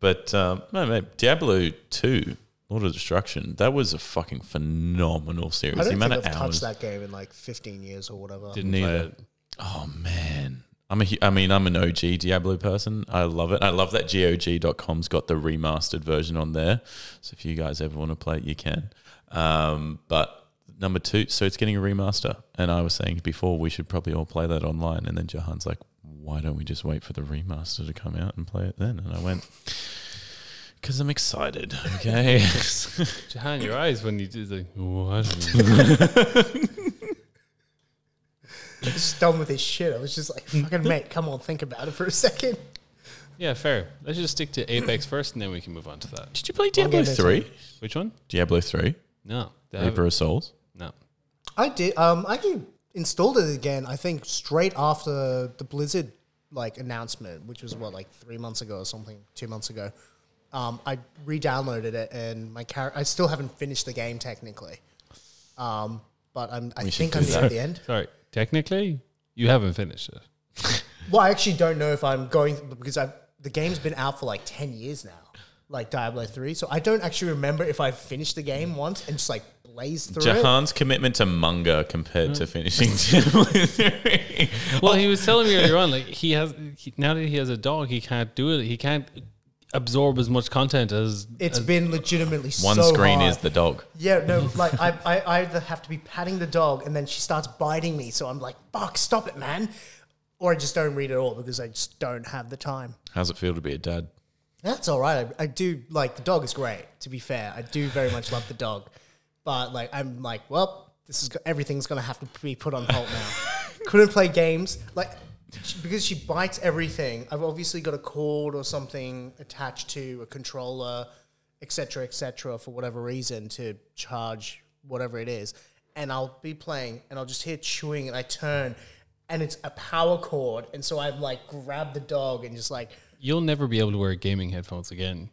A: But um, no, mate, Diablo two, Lord of Destruction, that was a fucking phenomenal series.
C: I
A: The
C: don't think
A: amount of
C: I've
A: hours.
C: touched that game in like 15 years or whatever.
B: Didn't
A: Neither.
B: play it.
A: Oh man. I'm a, hu- I mean, I'm an OG Diablo person. I love it. I love that GOG.com's got the remastered version on there. So if you guys ever want to play it, you can. Um, but number two, so it's getting a remaster. And I was saying before, we should probably all play that online. And then Jahan's like, why don't we just wait for the remaster to come out and play it then? And I went, because I'm excited. Okay.
B: Jahan, your eyes when you did like what?
C: I was just done with his shit. I was just like, "Fucking mate, come on, think about it for a second.
B: yeah, fair. Let's just stick to Apex first, and then we can move on to that.
A: Did you play Diablo
C: that's
A: 3?
B: Which one?
A: Diablo 3,
B: No, that-
A: Reaper of Souls.
B: no.
C: I did. Um, I actually installed it again. I think straight after the Blizzard like announcement, which was what like three months ago or something, two months ago. Um, I re-downloaded it, and my character. I still haven't finished the game technically. Um, but I'm. I
A: We should
C: think
A: do
C: I'm near
A: that.
C: the end.
B: Sorry, technically, you haven't finished it.
C: Well, I actually don't know if I'm going because I've the game's been out for like ten years now, like Diablo three. So I don't actually remember if I finished the game once and just like blazed through it.
A: Jahan's commitment to manga compared to finishing Diablo 3.
B: Well, he was telling me earlier on, like he has he, now that he has a dog, he can't do it. He can't absorb as much content as
C: It's been legitimately
A: One
C: so
A: screen
C: hard.
A: is the dog.
C: Yeah, no, like I, I, I either have to be patting the dog and then she starts biting me, so I'm like, fuck, stop it, man. or I just don't read at all because I just don't have the time.
A: How's it feel to be a dad?
C: That's all right. I, I do like the dog is great. To be fair, I do very much love the dog, but like I'm like, well, this is go- everything's gonna have to be put on hold now. Couldn't play games like she, because she bites everything. I've obviously got a cord or something attached to a controller, etc., cetera, etc. for whatever reason to charge whatever it is, and I'll be playing and I'll just hear chewing and I turn. And it's a power cord, and so I've like grabbed the dog and just like
B: You'll never be able to wear gaming headphones again.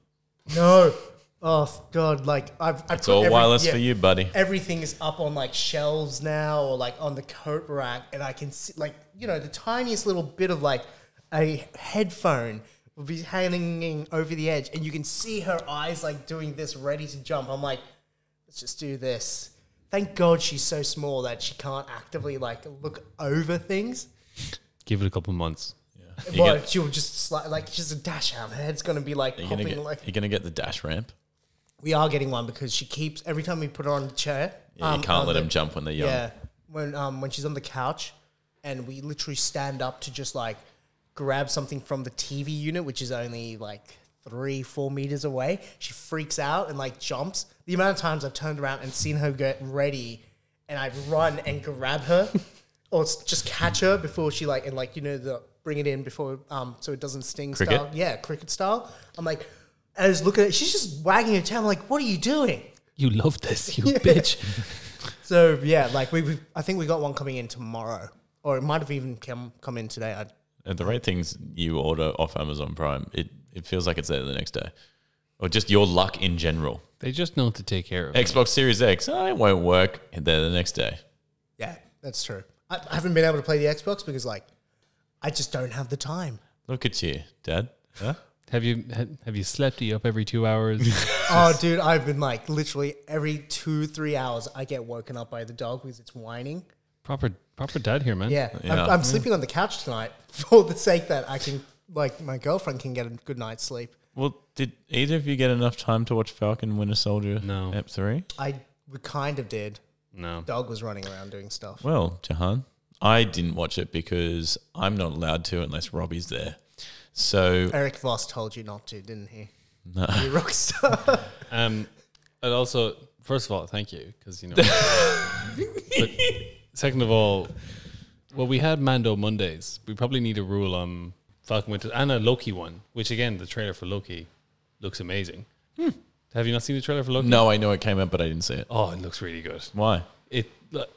C: no. Oh God! Like I've, I've
A: It's all wireless for you, buddy.
C: Everything is up on like shelves now, or like on the coat rack, and I can see like you know the tiniest little bit of like a headphone will be hanging over the edge, and you can see her eyes like doing this, ready to jump. I'm like, let's just do this. Thank God she's so small that she can't actively like look over things.
B: Give it a couple months.
A: You
C: Well,
A: get-
C: she'll just sli- like she's a dash out. Her head's gonna be like
A: you're gonna
C: popping
A: get,
C: like
A: you're gonna get the dash ramp.
C: We are getting one because she keeps every time we put her on the chair.
A: Yeah,
C: um,
A: you can't
C: on
A: let
C: the-
A: them jump when they're young.
C: Yeah, when um when she's on the couch, and we literally stand up to just like grab something from the TV unit, which is only like three four meters away. She freaks out and like jumps. The amount of times I've turned around and seen her get ready, and I've run and grab her, or s- just catch her before she like and like you know the bring it in before um so it doesn't sting
A: Cricket?
C: style. Yeah, cricket style. I'm like. I was looking at she's just wagging her tail. I'm like, what are you doing?
B: You love this, you bitch.
C: So yeah, like we, we I think we got one coming in tomorrow, or it might have even come come in today. I,
A: At the rate things you order off Amazon Prime, it, it feels like it's there the next day, or just your luck in general.
B: They just know to take care of it.
A: Xbox Series X, oh, it won't work. And There the next day.
C: yeah, that's true. I, I haven't been able to play the Xbox because like I just don't have the time.
A: Look at you, Dad. Huh?
B: Have you ha- have you slept? Are you up every two hours?
C: Oh, dude, I've been like literally every two three hours I get woken up by the dog because it's whining.
B: proper proper dad here, man.
C: Yeah,
A: Yeah.
C: I'm, I'm sleeping on the couch tonight for the sake that I can like my girlfriend can get a good night's sleep.
A: Well, did either of you get enough time to watch Falcon Winter Soldier?
B: No.
A: Ep three.
C: I we kind of did.
B: No.
C: Dog was running around doing stuff.
A: Well, Jahan, I didn't watch it because I'm not allowed to unless Robbie's there. So
C: Eric Voss told you not to, didn't he? No. You rock star.
B: Um, and also, first of all, thank you because you know. But second of all, well, we had Mando Mondays. We probably need a rule on Falcon Winter and a Loki one, which again, the trailer for Loki looks amazing. Have you not seen the trailer for Loki?
A: no, I know it came out, but I didn't see it.
B: Oh, it looks really good.
A: Why?
B: It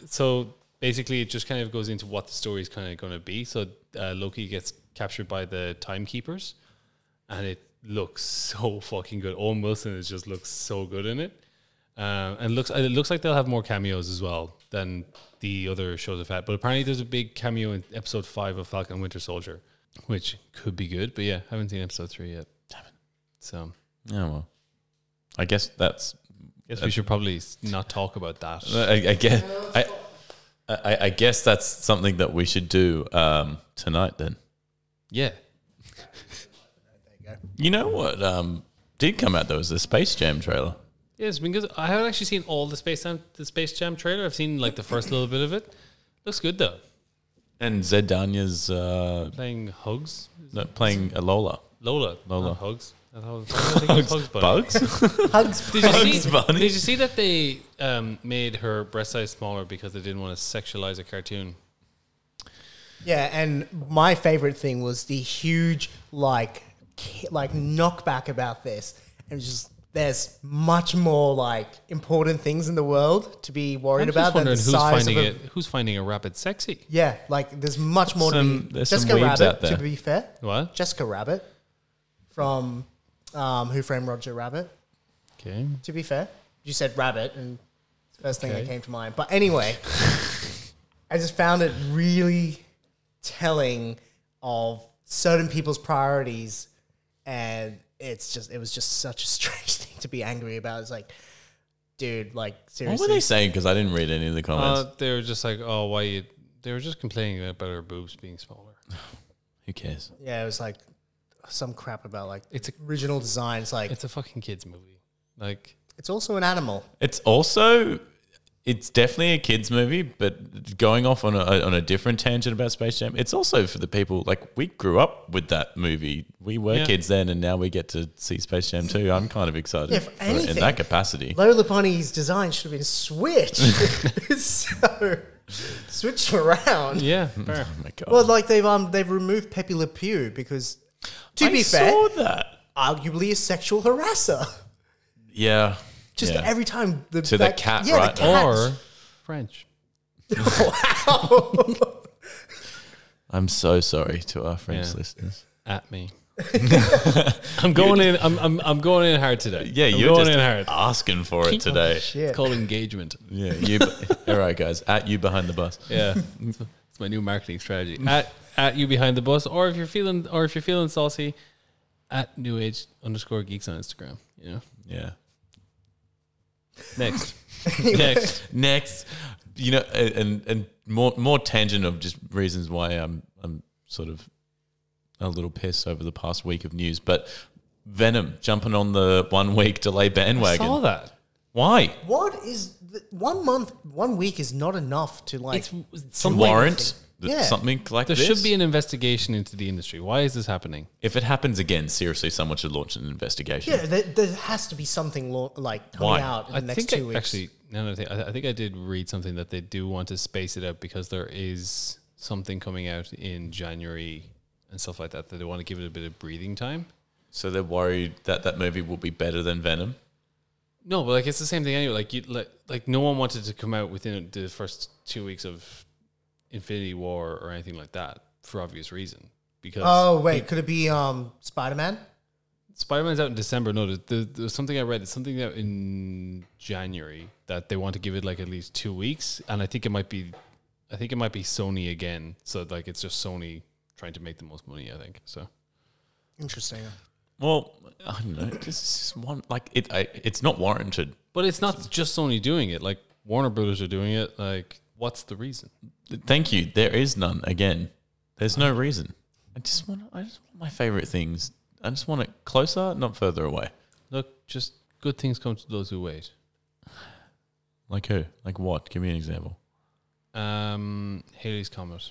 B: so basically it just kind of goes into what the story is kind of going to be. So uh, Loki gets captured by the timekeepers, and it looks so fucking good. Owen Wilson is just looks so good in it, um, and it looks and it looks like they'll have more cameos as well than the other shows have had. But apparently, there's a big cameo in episode five of Falcon and Winter Soldier, which could be good. But yeah, haven't seen episode three yet. So
A: Oh well, I guess that's
B: guess we should Uh, probably s- not talk about that.
A: I, I guess I, I, I guess that's something that we should do um, tonight. Then
B: Yeah,
A: you know what um, did come out though is the Space Jam trailer.
B: Yeah, it's been good. I haven't actually seen all the Space Jam, the Space Jam trailer. I've seen like the first little bit of it. Looks good though.
A: And Zed Danya's uh,
B: Playing Hugs,
A: no, playing Alola.
B: Lola,
A: Lola.
B: not Hugs. I thought- I think it was Hugs, Bunny.
A: Bugs?
C: Hugs.
B: Did you,
A: Bugs
B: see,
A: Bunny.
B: did you see that they um, made her breast size smaller because they didn't want to sexualize a cartoon?
C: Yeah, and my favorite thing was the huge like ki- like knockback about this. And it's just there's much more like important things in the world to be worried
B: I'm just
C: about than the
B: wondering who's
C: size
B: finding
C: of a,
B: it. Who's finding a rabbit sexy?
C: Yeah, like there's much more
A: Some-
C: to be.
A: there's some
C: Jessica
A: weebs
C: Rabbit,
A: out there.
C: to be fair.
B: What?
C: Jessica Rabbit from um, Who Framed Roger Rabbit.
B: Okay.
C: To be fair, you said rabbit, and it's the first thing
B: Okay.
C: that came to mind. But anyway, I just found it really telling of certain people's priorities, and it's just it was just such a strange thing to be angry about. It's like, dude, like
A: What
C: seriously,
A: were they saying? Because I didn't read any of the comments.
B: Uh, they were just like, oh, why? You, they were just complaining about her boobs being smaller.
A: Who cares?
C: yeah, it was like some crap about like
B: It's a
C: original design. It's like it's,
B: it's a fucking kids movie. Like
C: also an animal.
A: It's also it's definitely a kids movie, but going off on a on a different tangent about Space Jam, it's also for the people like we grew up with that movie. We were
B: Yeah.
A: kids then, and now we get to see Space Jam too. I'm kind of excited
C: If
A: for- in
C: anything-
A: that capacity.
C: Lola Bunny's design should have been switched. so switched around.
B: Yeah, fair.
A: Oh my god!
C: Well, like they've um they've removed Pepe Le Pew because, to
A: I
C: be fair,
A: saw that.
C: arguably a sexual harasser.
A: Yeah,
C: Just
A: yeah.
C: every time the
A: To the cat,
C: yeah,
A: right?
C: The cat.
B: Or French.
A: I'm so sorry to our French
B: Yeah.
A: listeners.
B: At me. I'm going in. I'm, I'm I'm going in hard today.
A: Yeah,
B: I'm
A: you're
B: going
A: just
B: in hard.
A: asking for it today.
B: It's called engagement.
A: Yeah, you. all right, guys. At you behind the bus.
B: Yeah, it's my new marketing strategy. At at you behind the bus, or if you're feeling, or if you're feeling saucy, at new age underscore geeks on Instagram. You know.
A: Yeah.
B: Next. Next.
A: Next, you know, a- and and more more tangent of just reasons why I'm I'm sort of a little pissed over the past week of news, but Venom jumping on the one week delay bandwagon.
B: Saw that.
A: Why?
C: What is the, one month? One week is not enough to like.
B: It's something.
A: Warrant th-
C: Yeah.
A: something like
B: There
A: this.
B: should be an investigation into the industry. Why is this happening?
A: if it happens again, seriously, someone should launch an investigation.
C: yeah, there, there has to be something lo- like coming
A: Why?
C: out in
B: I
C: the next
B: think
C: two
B: I,
C: weeks.
B: actually, no, no, I think- I, I think I did read something that they do want to space it out because there is something coming out in January and stuff like that that they want to give it a bit of breathing time.
A: So they're worried that that movie will be better than Venom.
B: No, but like it's the same thing anyway. Like you, like, like no one wanted to come out within the first two weeks of Infinity War or anything like that for obvious reason. Because
C: oh wait, could it be um Spider Man?
B: Spider Man's out in December. No, there- there- there was something I read. It's something out in January that they want to give it like at least two weeks, and I think it might be, I think it might be Sony again. So like it's just Sony trying to make the most money. I think so.
C: Interesting.
A: Well, I don't know. This is just one like it. I, it's not warranted.
B: But it's not just Sony doing it. Like Warner Brothers are doing it. Like what's the reason?
A: Thank you. There is none. Again, there's no reason. I just want. I just want my favorite things. I just want it closer, not further away.
B: Look, just good things come to those who wait.
A: Like who? Like what? Give me an example.
B: Um, Haley's Comet.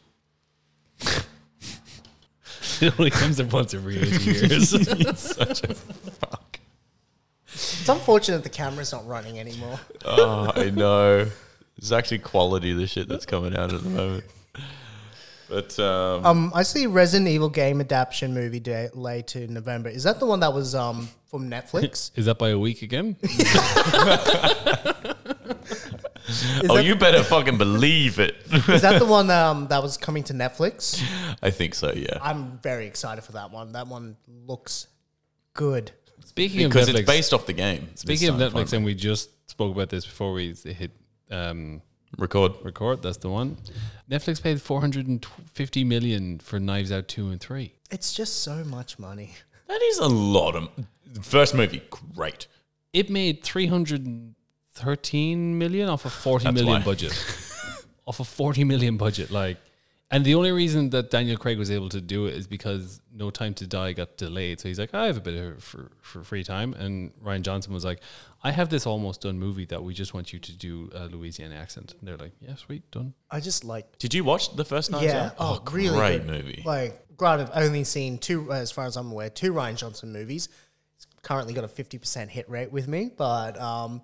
B: it only comes up once every eight years.
A: Such a fuck.
C: It's unfortunate the camera's not running anymore.
A: Oh, I know. It's actually quality the shit that's coming out at the moment. But um,
C: Um, I see Resident Evil game adaptation movie delay to November. Is that the one that was um from Netflix?
B: Is that by a week again?
A: oh, you better fucking believe it.
C: Is that the one um that was coming to Netflix?
A: I think so. Yeah,
C: I'm very excited for that one. That one looks good.
B: Speaking of
A: because
B: Netflix,
A: it's based off the game.
B: speaking of
A: This time,
B: Netflix, and we just spoke about this before we hit um,
A: record.
B: record. That's the one. Netflix paid four hundred and fifty million for Knives Out two and three.
C: It's just so much money.
A: That is a lot of first movie. Great.
B: It made three hundred and thirteen million off a forty
A: That's
B: million
A: why.
B: budget. off a forty million budget, like. And the only reason that Daniel Craig was able to do it is because No Time to Die got delayed. So he's like, I have a bit of for, for free time. And Ryan Johnson was like, I have this almost done movie that we just want you to do a Louisiana accent. And they're like, Yeah, sweet, done.
C: I just like
A: Did you watch the first Knives
C: yeah.
A: Out?
C: Oh, really
A: great
C: good.
A: movie.
C: Like, granted, I've only seen two, uh, as far as I'm aware, two Ryan Johnson movies. It's currently got a 50% hit rate with me, but um,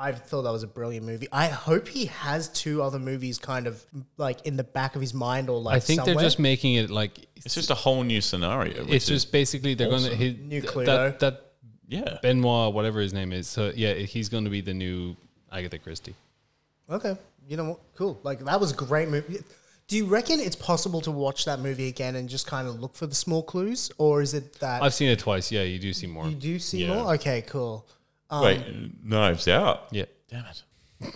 C: I thought that was a brilliant movie. I hope he has two other movies kind of like in the back of his mind or like
B: I think
C: somewhere.
B: they're just making it like
A: It's just a whole new scenario. Which
B: it's
A: is,
B: just basically they're going to
A: awesome.
B: hit
C: New Cluedo.
B: that, that
A: yeah.
B: Benoit, whatever his name is. So yeah, he's going to be the new Agatha Christie.
C: okay. You know what? Cool. Like, that was a great movie. Do you reckon it's possible to watch that movie again and just kind of look for the small clues? Or is it that
B: I've seen it twice. Yeah, you do see more.
C: you do see
B: Yeah.
C: more? Okay, cool. Oh.
A: Wait, Knives Out.
B: Yeah.
A: Damn it.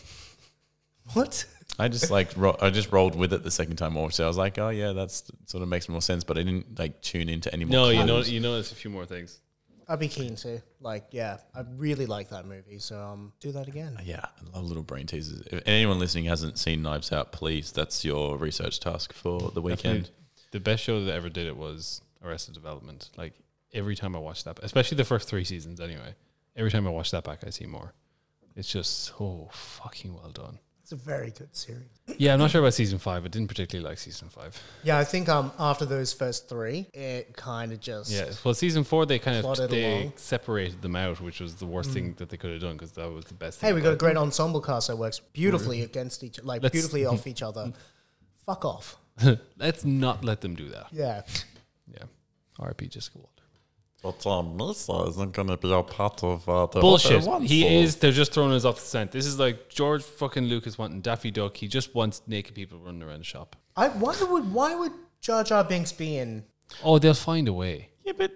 C: What?
A: I just like ro- I just rolled with it the second time I watched it. I was like, oh yeah, that's sort of makes more sense. But I didn't like tune into any more.
B: No, you know,
A: clues.
B: you notice a few more things.
C: I'd be keen to. Like, yeah, I really like that movie, so um, do that again.
A: Yeah, I love little brain teasers. If anyone listening hasn't seen Knives Out, please, that's your research task for the weekend.
B: The best show that ever did it was Arrested Development. Like every time I watch that, especially the first three seasons. Anyway, every time I watch that back, I see more. It's just so fucking well done.
C: It's a very good series.
B: Yeah, I'm not sure about season five. I didn't particularly like season five.
C: Yeah, I think um after those first three, it kind of just
B: Yeah, well, season four they kind of
C: Plodded
B: they
C: along.
B: separated them out, which was the worst thing that they could have done because that was the best. thing
C: Hey, we got a
B: about
C: great ensemble cast that works beautifully against each, like
B: Let's-
C: beautifully off each other. Fuck off.
B: Let's not let them do that.
C: Yeah.
B: Yeah, R.I.P. Jessica Walter.
F: But um, Mesa isn't going to be a part of uh, the
B: Bullshit.
F: Other one,
B: He
F: so-
B: is. They're just throwing us off the scent. This is like George fucking Lucas wanting Daffy Duck. He just wants naked people running around the shop.
C: I why would why would Jar Jar Binks be in?
B: Oh, they'll find a way.
A: Yeah, but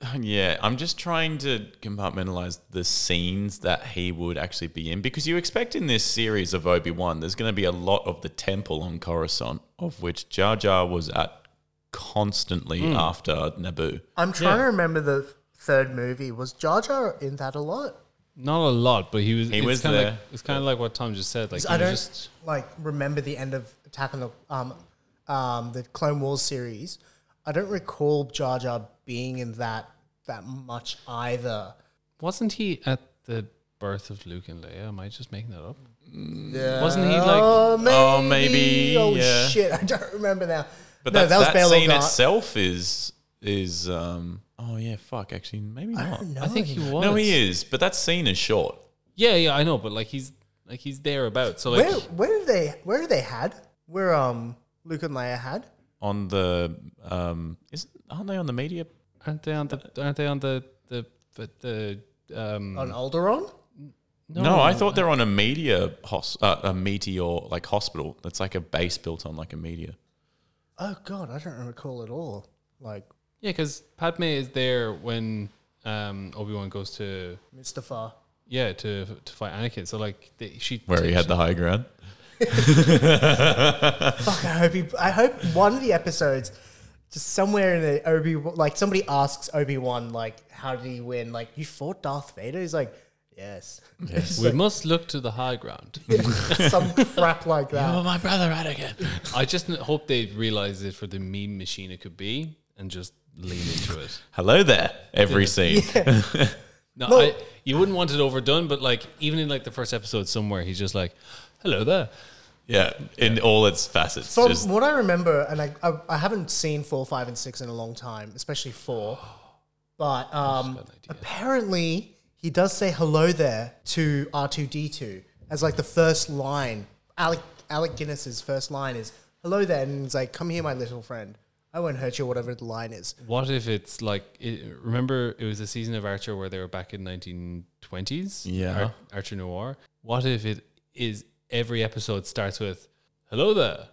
A: uh, yeah, I'm just trying to compartmentalize the scenes that he would actually be in because you expect in this series of Obi Wan, there's going to be a lot of the temple on Coruscant, of which Jar Jar was at constantly
C: Hmm.
A: after Naboo.
C: I'm trying to remember the third movie. Was Jar Jar in that a lot?
B: Not a lot, but he was.
A: He
B: it's
A: was
B: kinda
A: there.
B: Like, it's kind of like what Tom just said. Like
C: I
B: he was
C: don't
B: just
C: like remember the end of Attack on the um um the Clone Wars series. I don't recall Jar Jar being in that that much either.
B: wasn't he at the birth of Luke and Leia? Am I just making that up? Wasn't he like?
C: Oh maybe.
A: Oh,
C: Oh,
A: maybe, yeah.
C: shit! I don't remember now.
A: But
C: no,
A: that,
C: that was
A: that,
C: Bail
A: scene
C: Organa.
A: itself is is um oh yeah fuck actually maybe
C: I
A: not.
C: don't know.
B: I think he was.
A: No, he is, but that scene is short.
B: Yeah, yeah, I know, but like he's like he's thereabouts. So like,
C: Where where are they where are they had? Where um Luke and Leia had?
A: On the um, is aren't they on the media?
B: aren't they on the aren't they on the the the, the um?
A: Hmm.
C: On Alderaan?
B: Oh,
A: No, I thought they're on a media hos- uh, a meteor like hospital. That's like a base built on like a meteor.
C: Oh god, I don't recall at all. Like
B: yeah, because Padme is there when um Obi Wan goes to
C: Mustafa.
B: yeah to to fight Anakin. So like they, she
A: Where he had the high ground.
C: Fuck, I hope he, I hope one of the episodes just somewhere in the Obi like somebody asks Obi Wan like how did he win? Like you fought Darth Vader? He's like, Yes. It's
B: we must look to the high ground.
C: like some crap like that.
B: Oh, my brother Anakin. I just n- hope they realize it for the meme machine it could be and just lean into it.
A: Hello there, every scene.
B: No,
C: No.
B: I, you wouldn't want it overdone, but like even in like the first episode, somewhere he's just like, "Hello there."
A: Yeah, in all its facets.
C: From
A: just
C: what I remember, and I, I I haven't seen four, five, and six in a long time, especially four. But um, apparently he does say hello there to R two D two as like the first line. Alec Alec Guinness's first line is hello there, and he's like, "Come here, my little friend. I won't hurt you." Whatever the line is.
B: What if it's like it, remember it was a season of Archer where they were back in 1920s?
A: Yeah.
B: Ar- Archer Noir. What if it is every episode starts with "Hello there."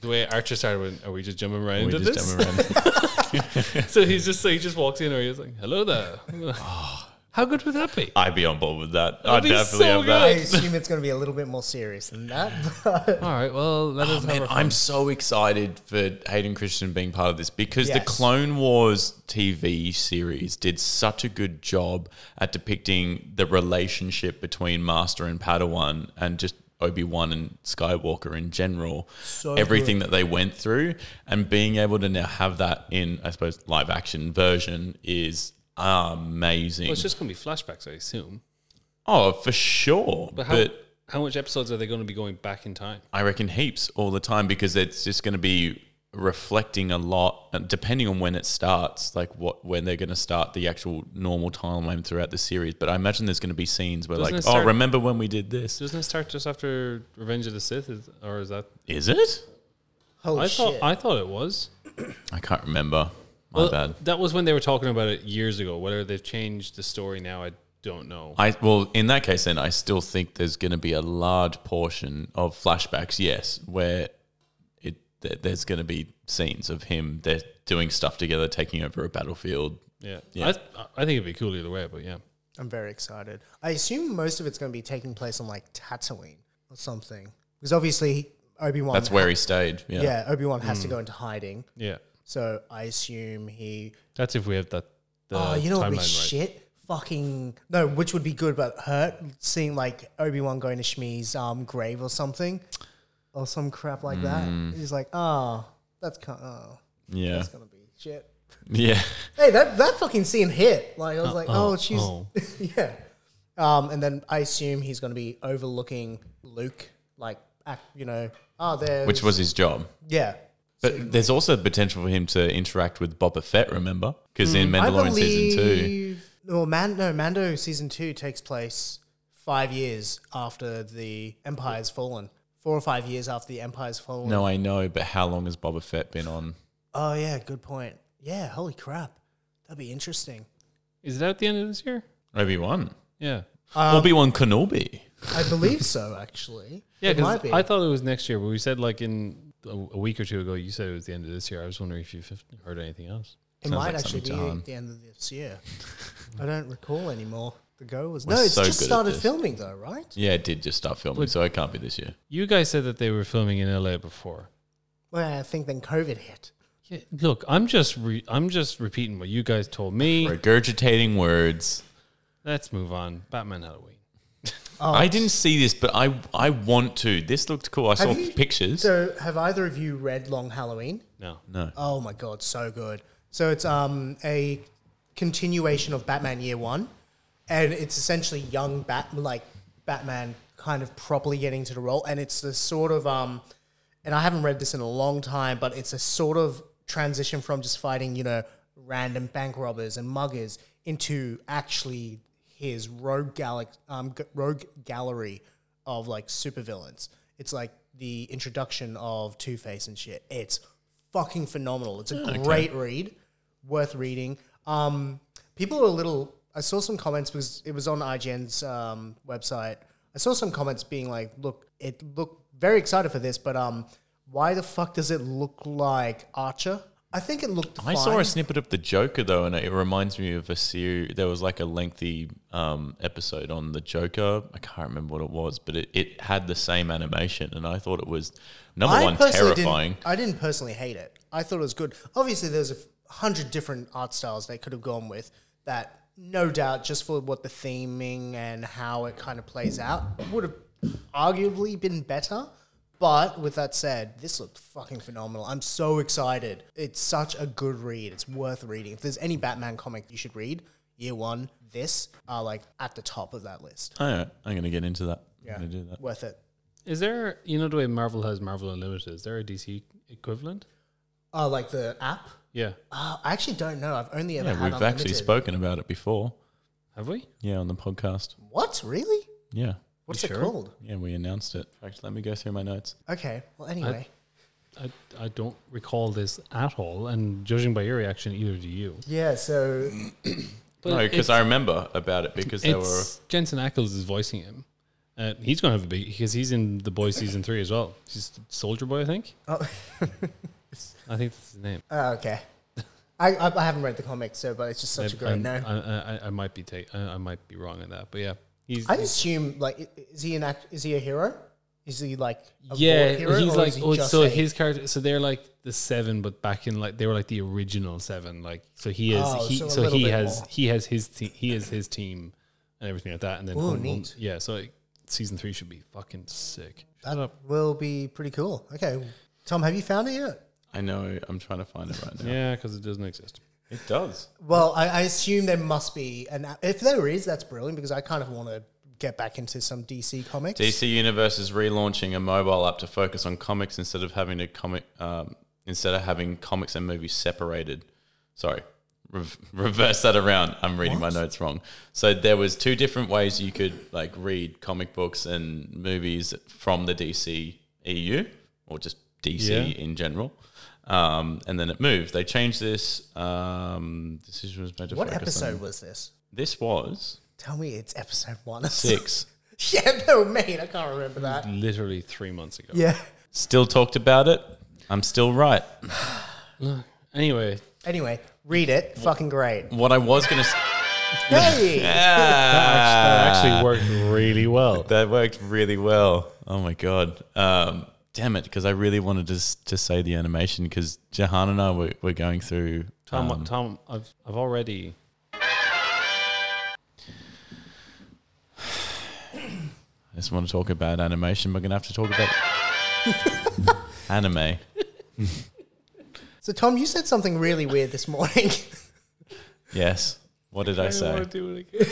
B: The way Archer started with, are we just jumping right
A: we
B: into
A: just
B: this?
A: jump around.
B: So he's just so he just walks in or he's like, "Hello there."
A: Ah.
B: How good would that be?
A: I'd be on board with that. I'd
B: be
A: definitely have
B: so
C: I
A: that.
B: good.
C: assume it's going to be a little bit more serious than that. But
B: All right, well, let us
A: Oh,
B: have
A: man,
B: our fun.
A: I'm so excited for Hayden Christian being part of this because the
C: Yes.
A: Clone Wars TV series did such a good job at depicting the relationship between Master and Padawan and just Obi Wan and Skywalker in general. Everything that they went through and being able to now have that in, I suppose, live action version is amazing.
B: Well, it's just going to be flashbacks, I assume.
A: oh, for sure.
B: But how, how much episodes are they going to be going back in time?
A: I reckon heaps all the time because it's just going to be reflecting a lot, and depending on when it starts, like what when they're going to start the actual normal timeline throughout the series. But I imagine there's going to be scenes where,
B: Doesn't
A: like,
B: it start-
A: oh, remember when we did this?
B: Doesn't it start just after Revenge of the Sith, is, or is that?
A: Is it?
C: holy
B: I thought
C: shit!
B: I thought it was.
A: I can't remember. My
B: Well,
A: bad.
B: That was when they were talking about it years ago. Whether they've changed the story now, I don't know.
A: I well, in that case, then I still think there's going to be a large portion of flashbacks. Yes, where it th- there's going to be scenes of him they're doing stuff together, taking over a battlefield.
B: yeah,
A: Yeah.
B: I, I think it'd be cool either way. But yeah,
C: I'm very excited. I assume most of it's going to be taking place on like Tatooine or something, because obviously Obi Wan.
A: That's where he stayed. Yeah.
C: Yeah, Obi Wan has to go into hiding.
B: yeah.
C: So I assume he.
B: That's if we have that. The
C: oh, you know what
B: timeline
C: would be
B: right.
C: shit? Fucking no, which would be good, but hurt seeing like Obi Wan going to Shmi's um, grave or something, or some crap like that. He's like, oh, that's kind. Oh,
A: yeah.
C: that's gonna be shit.
A: Yeah.
C: Hey, that that fucking scene hit. Like I was like, oh,
B: oh,
C: she's
B: oh.
C: yeah. Um, and then I assume he's gonna be overlooking Luke like act, you know, ah, there.
A: which was his job.
C: yeah.
A: But there's also the potential for him to interact with Boba Fett, remember? Because
C: Hmm.
A: in Mandalorian season two,
C: No, Man, no, Mando season two takes place five years after the Empire's fallen. Four or five years after the Empire's fallen.
A: no, I know, but how long has Boba Fett been on?
C: Oh yeah, good point. Yeah, holy crap, that'd be interesting.
B: Is it out the end of this year?
A: Obi Wan,
B: Yeah.
C: Um,
A: Obi Wan Kenobi.
C: I believe so, actually.
B: Yeah,
C: it might
B: because
C: be.
B: I thought it was next year, but we said like in a, a week or two ago, you said it was the end of this year. I was wondering if you've heard anything else.
C: it
A: Sounds
C: might
A: like
C: actually be
A: something to um, Han.
C: at the end of this year. I don't recall anymore. The go was
A: We're
C: no, it's
A: so
C: just
A: good at
C: started
A: this.
C: filming though, right?
A: Yeah, it did just start filming, so it can't be this year.
B: You guys said that they were filming in LA before.
C: Well, I think then COVID hit.
B: Yeah, look, I'm just re- I'm just repeating what you guys told me.
A: Regurgitating words.
B: Let's move on. Batman Halloween.
C: Oh,
A: I didn't see this, but I I want to. This looked cool. I saw
C: you-
A: pictures.
C: So, have either of you read Long Halloween?
B: No,
A: no,
C: Oh my god, so good. So it's um a continuation of Batman Year One, and it's essentially young Bat like Batman kind of properly getting to the role, and it's the sort of um, and I haven't read this in a long time, but it's a sort of transition from just fighting you know random bank robbers and muggers into actually his rogue gallic um g- rogue gallery of like supervillains. It's like the introduction of Two Face and shit. It's fucking phenomenal. It's a great read, worth reading. Um, people are a little. I saw some comments because it was on IGN's um, website. I saw some comments being like, "Look, it look very excited for this, but um, why the fuck does it look like Archer?" I think it looked.
A: I
C: fine.
A: saw a snippet of the Joker though, and it reminds me of a series. There was like a lengthy um, episode on the Joker. I can't remember what it was, but it, it had the same animation, and I thought it was number
C: I
A: one
C: personally didn't-
A: terrifying.
C: I didn't personally hate it. I thought it was good. Obviously, there's a f- hundred different art styles they could have gone with that, no doubt, just for what the theming and how it kind of plays out, would have arguably been better. But with that said, this looked fucking phenomenal. I'm so excited. It's such a good read. It's worth reading. If there's any Batman comic you should read, year one, this are like at the top of that list.
A: All right, Oh, I'm gonna get into that. Yeah,
C: Yeah.
A: I'm gonna do that.
C: Worth it.
B: is there you know the way Marvel has Marvel Unlimited? Is there a DC equivalent?
C: Oh, like the app?
B: Yeah,
C: Uh, I actually don't know. I've only ever
A: Yeah,
C: had
A: we've
C: unlimited.
A: actually spoken about it before.
B: have we?
A: Yeah, on the podcast.
C: What really?
A: Yeah,
C: What's
B: You
C: it
B: sure?
C: called?
A: yeah, we announced it. In fact, let me go through my notes.
C: Okay. Well, anyway,
B: I, I don't recall this at all, and judging by your reaction, either do you.
C: yeah. So
B: But
A: no, because I remember about it because
C: uh,
A: they were.
B: It's Jensen Ackles is voicing him. Uh, he's going to have a big because he's in the boy season three as well. He's Soldier Boy, I think.
C: oh,
B: I think that's his name.
C: uh, okay. I, I I haven't read the comic, so but it's just such a
B: I,
C: great
B: I'm-
C: name.
B: I, I, I might be take, I, I might be wrong on that, but yeah, he's
C: I assume like i- is he an act? Is he a hero? Is he like a
B: yeah.
C: boy hero,
B: He's
C: or
B: like
C: is he
B: oh,
C: just
B: so
C: a-
B: his character. So they're like the seven, but back in like they were like the original seven. Like so he is
C: Oh,
B: he
C: so
B: so,
C: a little
B: he
C: bit
B: has
C: more.
B: he has his team he is his team and everything like that. And then
C: Ooh,
B: Home- Home-
C: neat.
B: yeah, so like, season three should be fucking sick. Shut
C: that
B: up.
C: will be pretty cool. Okay, Tom, have you found it yet?
A: I know. I'm trying to find it right now.
B: Yeah, because it doesn't exist.
A: It does.
C: Well, I, I assume there must be an app. If there is, that's brilliant because I kind of want to get back into some DC comics.
A: DC Universe is relaunching a mobile app to focus on comics instead of having to comic um, instead of having comics and movies separated. Sorry, re- reverse that around. I'm reading my notes wrong. So there was two different ways you could like read comic books and movies from the DC EU or just DC
B: Yeah.
A: in general. Um, and then it moved. They changed this. Um, decision was made to
C: What
A: focus on-
C: episode was this?
A: This was
C: Tell me it's episode one. or
A: six.
C: Yeah, no, mate, I can't remember that.
B: Literally three months ago.
C: Yeah.
A: Still talked about it. I'm still right.
B: Anyway,
C: Anyway, read it. Fucking great.
A: What I was going to say.
C: Hey,
B: that actually worked really well.
A: That worked really well. Oh my god. Um, damn it, because I really wanted to s- to say the animation because Jahan and I were, were going through.
B: Tom,
A: um,
B: Tom, I've I've already.
A: I just want to talk about animation. We're gonna have to talk about anime.
C: so Tom, you said something really weird this morning.
A: Yes. What did I say?
B: do it again.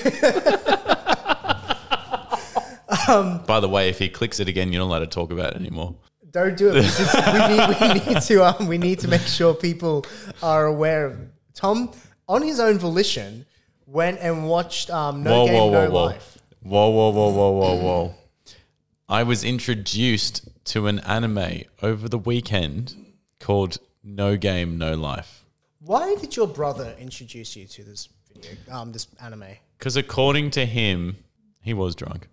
A: By the way, if he clicks it again, you're not allowed to talk about it anymore.
C: Don't do it. because it's- we, need, we need to um, we need to make sure people are aware of Tom on his own volition went and watched um, No Game No Life.
A: Whoa, whoa, whoa, whoa, whoa, whoa. I was introduced to an anime over the weekend called No Game, No Life.
C: Why did your brother introduce you to this video, um, this anime?
A: Because according to him, he was drunk.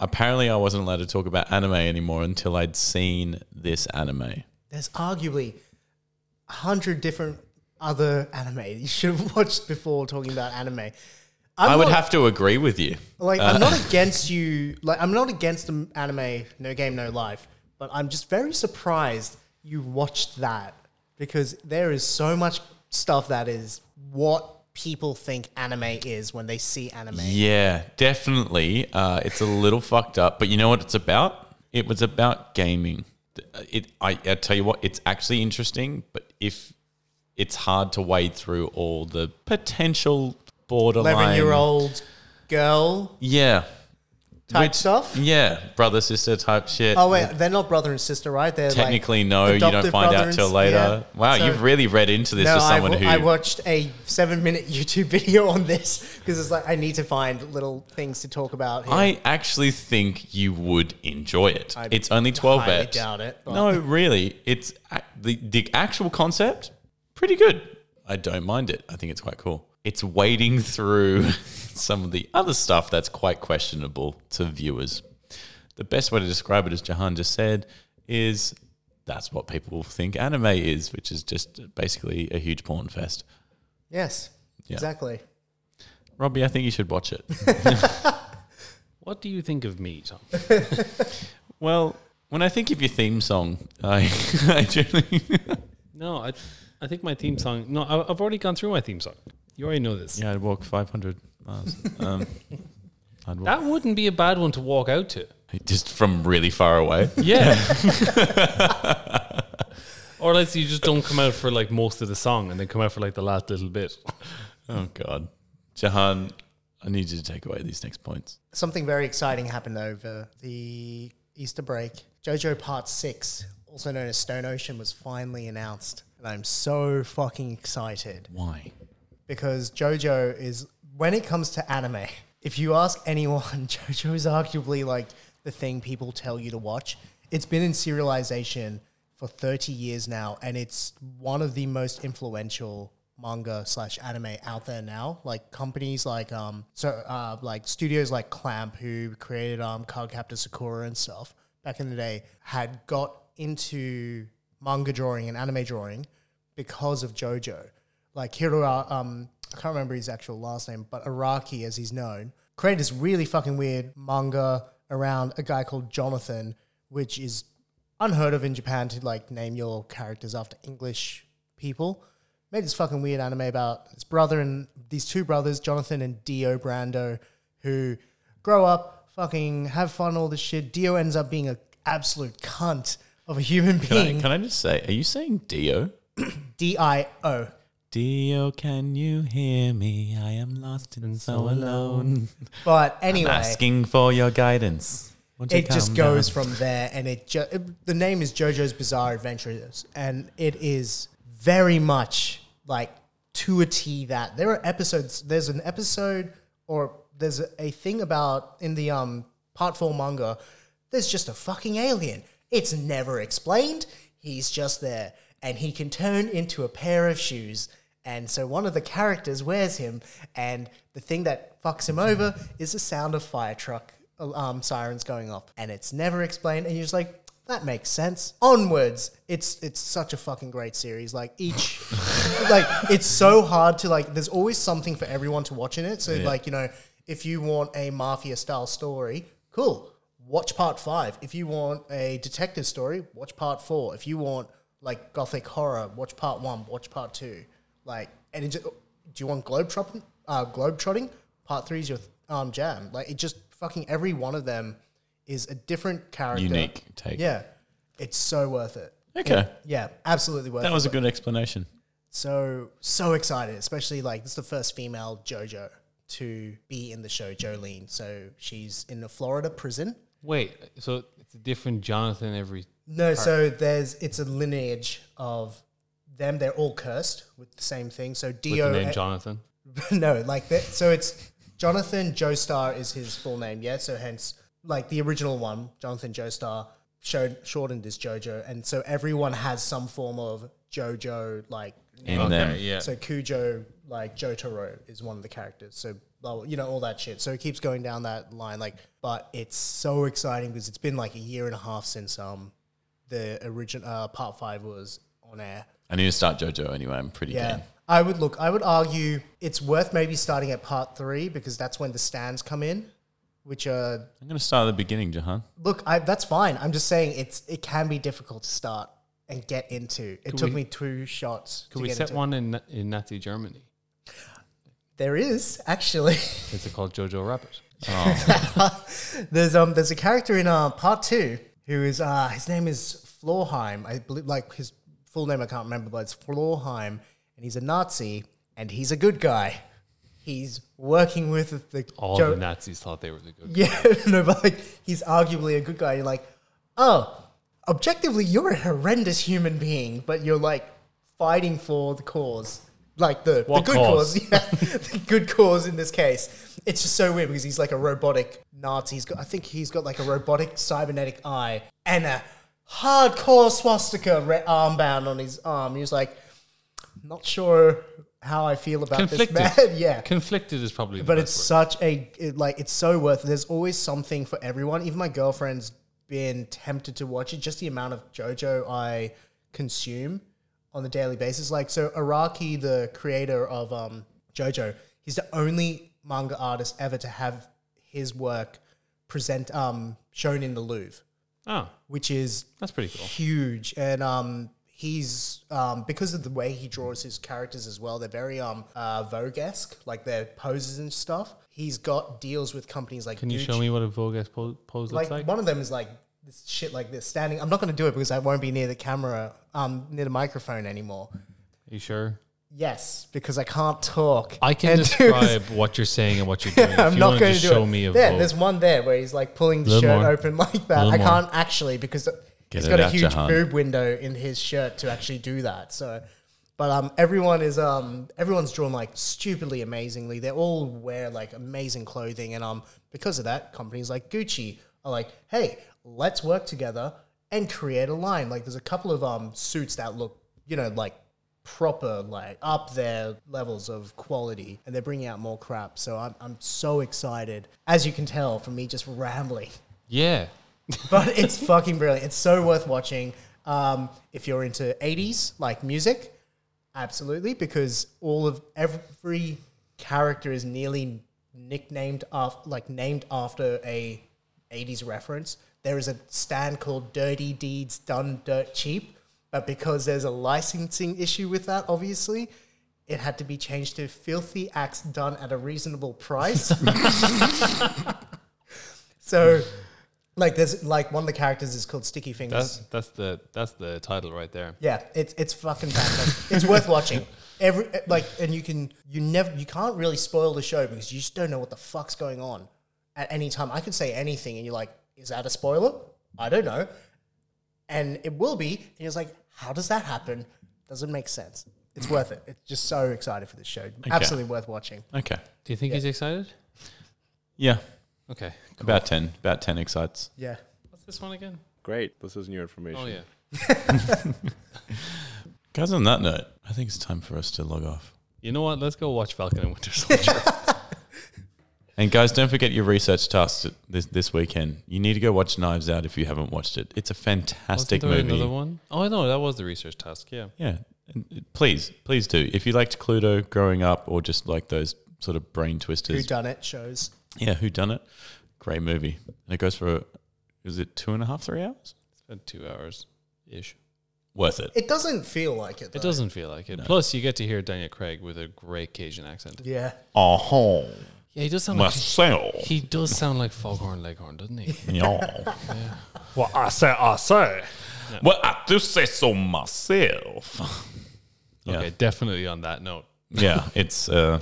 A: Apparently, I wasn't allowed to talk about anime anymore until I'd seen this anime.
C: There's arguably a hundred different other anime that you should have watched before talking about anime. I'm
A: I would
C: not-
A: have to agree with you.
C: Like,
A: Uh.
C: I'm not against you. Like, I'm not against the anime, no game, no life. But I'm just very surprised you watched that because there is so much stuff that is what people think anime is when they see anime.
A: Yeah, definitely. Uh, it's a little fucked up, but you know what it's about? It was about gaming. Uh, It, I, I tell you what, it's actually interesting, but if it's hard to wade through all the potential borderline,
C: 11 year old girl
A: yeah,
C: type
A: Which-
C: stuff.
A: yeah, brother sister type shit.
C: Oh, wait, they're not brother and sister, right? They're like
A: Technically, no, you
C: adoptive
A: don't find
C: brother
A: out
C: and
A: till
C: s-
A: later.
C: yeah.
A: Wow,
C: So-
A: you've really read into this
C: No,
A: for
C: I,
A: someone
C: w-
A: who
C: I watched a seven minute YouTube video on this because it's like I need to find little things to talk about. Here.
A: I actually think you would enjoy it.
C: I
A: it's only 12
C: highly
A: eps.
C: doubt it, but-
A: No, really. It's ac- the, the actual concept, pretty good. I don't mind it. I think it's quite cool. It's wading through some of the other stuff that's quite questionable to viewers. The best way to describe it, as Jahan just said, is that's what people think anime is, which is just basically a huge porn fest.
C: yes,
A: Yeah.
C: exactly.
A: Robbie, I think you should watch it.
B: What do you think of me, Tom?
A: well, when I think of your theme song, I, I generally
B: No, I, I think my theme song. No, I, I've already gone through my theme song. You already know this.
A: Yeah, I'd walk 500 miles. Um, I'd walk
B: That wouldn't be a bad one to walk out to.
A: just from really far away.
B: Yeah. or like you just don't come out for like most of the song and then come out for like the last little bit.
A: oh, God. Jahan, I need you to take away these next points.
C: Something very exciting happened over the Easter break. JoJo Part 6, also known as Stone Ocean, was finally announced. And I'm so fucking excited
A: Why?
C: because JoJo is, when it comes to anime, if you ask anyone, JoJo is arguably like the thing people tell you to watch. It's been in serialization for 30 years now, and it's one of the most influential manga slash anime out there now. Like companies like um so uh like studios like Clamp who created um Cardcaptor Sakura and stuff back in the day had got into manga drawing and anime drawing because of JoJo. Like Hiro, um, I can't remember his actual last name, but Araki, as he's known, created this really fucking weird manga around a guy called Jonathan, which is unheard of in Japan to like name your characters after English people. Made this fucking weird anime about his brother and these two brothers, Jonathan and Dio Brando, who grow up, fucking have fun, all this shit. Dio ends up being an absolute cunt of a human
A: Can I,
C: being.
A: can I just say, are you saying Dio?
C: D I O.
A: Dio, can you hear me? I am lost and so alone.
C: But anyway,
A: Asking for your guidance. Won't you
C: it just
A: come
C: goes
A: down?
C: from there, and it, ju- it- the name is JoJo's Bizarre Adventures, and it is very much like to a T that there are episodes. There's an episode, or there's a, a thing about in the um part four manga. There's just a fucking alien. It's never explained. He's just there, and he can turn into a pair of shoes. And so one of the characters wears him, and the thing that fucks him over is the sound of fire truck um, sirens going off, and it's never explained. And you're just like, that makes sense. Onwards, it's it's such a fucking great series. Like each, like it's so hard to like. There's always something for everyone to watch in it. So like you know, if you want a mafia style story, cool, watch part five. If you want a detective story, watch part four. If you want like gothic horror, watch part one, watch part two. Like, and it just, do you want globe trotting? Uh, globe trotting? Part three is your um, jam. Like, it just fucking every one of them is a different character,
A: Unique take.
C: Yeah, it's so worth it.
A: Okay.
C: Yeah, absolutely worth
A: That
C: it.
A: was a good explanation.
C: so so excited, especially like this is the first female JoJo to be in the show, Jolene. So she's in a Florida prison
G: Wait, so it's a different Jonathan every.
C: No, so there's it's a lineage of them. They're all cursed with the same thing. So
G: With the
C: Dio,
G: name Jonathan.
C: no, like that. So it's Jonathan Joestar is his full name. Yeah, so hence like the original one, Jonathan Joestar showed shortened as JoJo, and so everyone has some form of JoJo like.
A: in them.
G: yeah.
C: So Cujo, like Jotaro, is one of the characters. So blah, blah, you know all that shit. So it keeps going down that line. Like, but it's so exciting because it's been like a year and a half since um the origin uh, part five was on air.
A: I need to start JoJo anyway. I'm pretty
C: Yeah.
A: game.
C: I would look, I would argue it's worth maybe starting at part three because that's when the stands come in, which are,
A: I'm going to start at the beginning, Jahan.
C: look, I, that's fine. I'm just saying it's it can be difficult to start and get into. It took
G: we-
C: me two shots
G: Could
C: to
G: we
C: get
G: set
C: into.
G: one in, Na- in Nazi Germany?
C: There is, actually.
G: Is it called Jojo Rabbit?
C: there's um there's a character in uh, part two who is uh his name is Florheim. I believe like his full name I can't remember, but it's Florheim, and he's a Nazi and he's a good guy. He's working with the
G: All
C: Jo-
G: the Nazis thought they were the good
C: yeah no, but like he's arguably a good guy. You're like, oh, objectively you're a horrendous human being, but you're like fighting for the cause. Like the, the
G: What
C: good
G: cause?
C: cause, yeah, the good cause in this case. It's just so weird because he's like a robotic Nazi. He's got, I think he's got like a robotic cybernetic eye and a hardcore swastika re- armband on his arm. He's like, not sure how I feel about this
G: Conflicted.
C: man. yeah,
G: Conflicted is probably the
C: but it's
G: best word.
C: such a it, like it's so worth it. There's always something for everyone. Even my girlfriend's been tempted to watch it. Just the amount of JoJo I consume on a daily basis. Like so, Araki, the creator of um, JoJo, he's the only manga artist ever to have his work present um, shown in the Louvre,
G: Oh,
C: which is
G: that's pretty cool.
C: huge and um he's um because of the way he draws his characters as well they're very um uh vogue-esque like their poses and stuff he's got deals with companies like
G: Can you
C: Gucci.
G: show me what a Vogue po- pose
C: like,
G: looks like?
C: one of them is like this shit like this standing i'm not going to do it because i won't be near the camera um near the microphone anymore
G: Are you sure?
C: yes because i can't talk
B: I can
C: And do-
B: describe what you're saying and what you're doing. if
C: I'm
B: you
C: not
B: want to
C: going to
B: just
C: do
B: show
C: it.
B: me a
C: there,
B: Vogue.
C: there's one there where he's like pulling the
B: Little
C: shirt
B: more.
C: open like that.
B: Little
C: I
B: more.
C: can't actually because he's
A: it
C: got a
A: out,
C: huge
A: Jahan.
C: boob window in his shirt to actually do that. So, but um, everyone is um, everyone's drawn like stupidly amazingly. They all wear like amazing clothing, and um, because of that, companies like Gucci are like, hey, let's work together and create a line. Like, there's a couple of um suits that look, you know, like proper like up their levels of quality and they're bringing out more crap so I'm, I'm so excited as you can tell from me just rambling
G: Yeah.
C: but it's fucking brilliant it's so worth watching um, if you're into 80s like music absolutely because all of every character is nearly nicknamed after like named after a 80s reference there is a stand called dirty deeds done dirt cheap but because there's a licensing issue with that obviously it had to be changed to filthy acts done at a reasonable price so like there's like one of the characters is called sticky fingers
G: That's that's the that's the title right there.
C: yeah, it's it's fucking fantastic. it's worth watching. Every like, and you can you never you can't really spoil the show because you just don't know what the fuck's going on at any time. I could say anything, and you're like, is that a spoiler? I don't know, and it will be. And you're like, how does that happen? Doesn't make sense. It's worth it. It's just so excited for this show. Absolutely worth watching.
A: Okay.
G: Do you think he's excited?
A: Yeah.
G: Okay.
A: About 10. About 10 excites.
C: Yeah.
G: What's this one again?
E: Great. This is new information.
G: Oh yeah.
A: Guys, on that note, I think it's time for us to log off.
G: You know what? Let's go watch Falcon and Winter Soldier.
A: And guys, don't forget your research tasks this, this weekend. You need to go watch Knives Out if you haven't watched it. It's a
G: Wasn't
A: fantastic
G: there
A: movie.
G: another one? Oh no, that was the research task. Yeah.
A: Yeah, and it- please, please do. If you liked Cluedo growing up, or just like those sort of brain
C: Who
A: twisters,
C: done it shows.
A: yeah, who done it? Great movie, and it goes for is it two and a half, three hours?
G: It's been two hours ish.
A: Worth it.
C: It doesn't feel like it. Though.
G: It doesn't feel like it. Plus, you get to hear Daniel Craig with a great Cajun accent.
C: Yeah.
F: Uh huh.
G: Yeah, he does sound like
F: Myself.
G: he does sound like Foghorn Leghorn, doesn't he?
F: Yeah.
E: Well, I say, I say.
F: well, I do say so myself.
A: Yeah.
G: Okay, definitely on that note.
A: yeah, it's uh,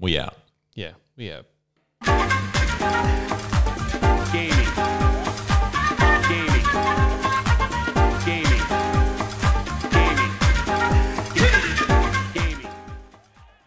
A: we out.
G: Yeah, yeah.
H: Thank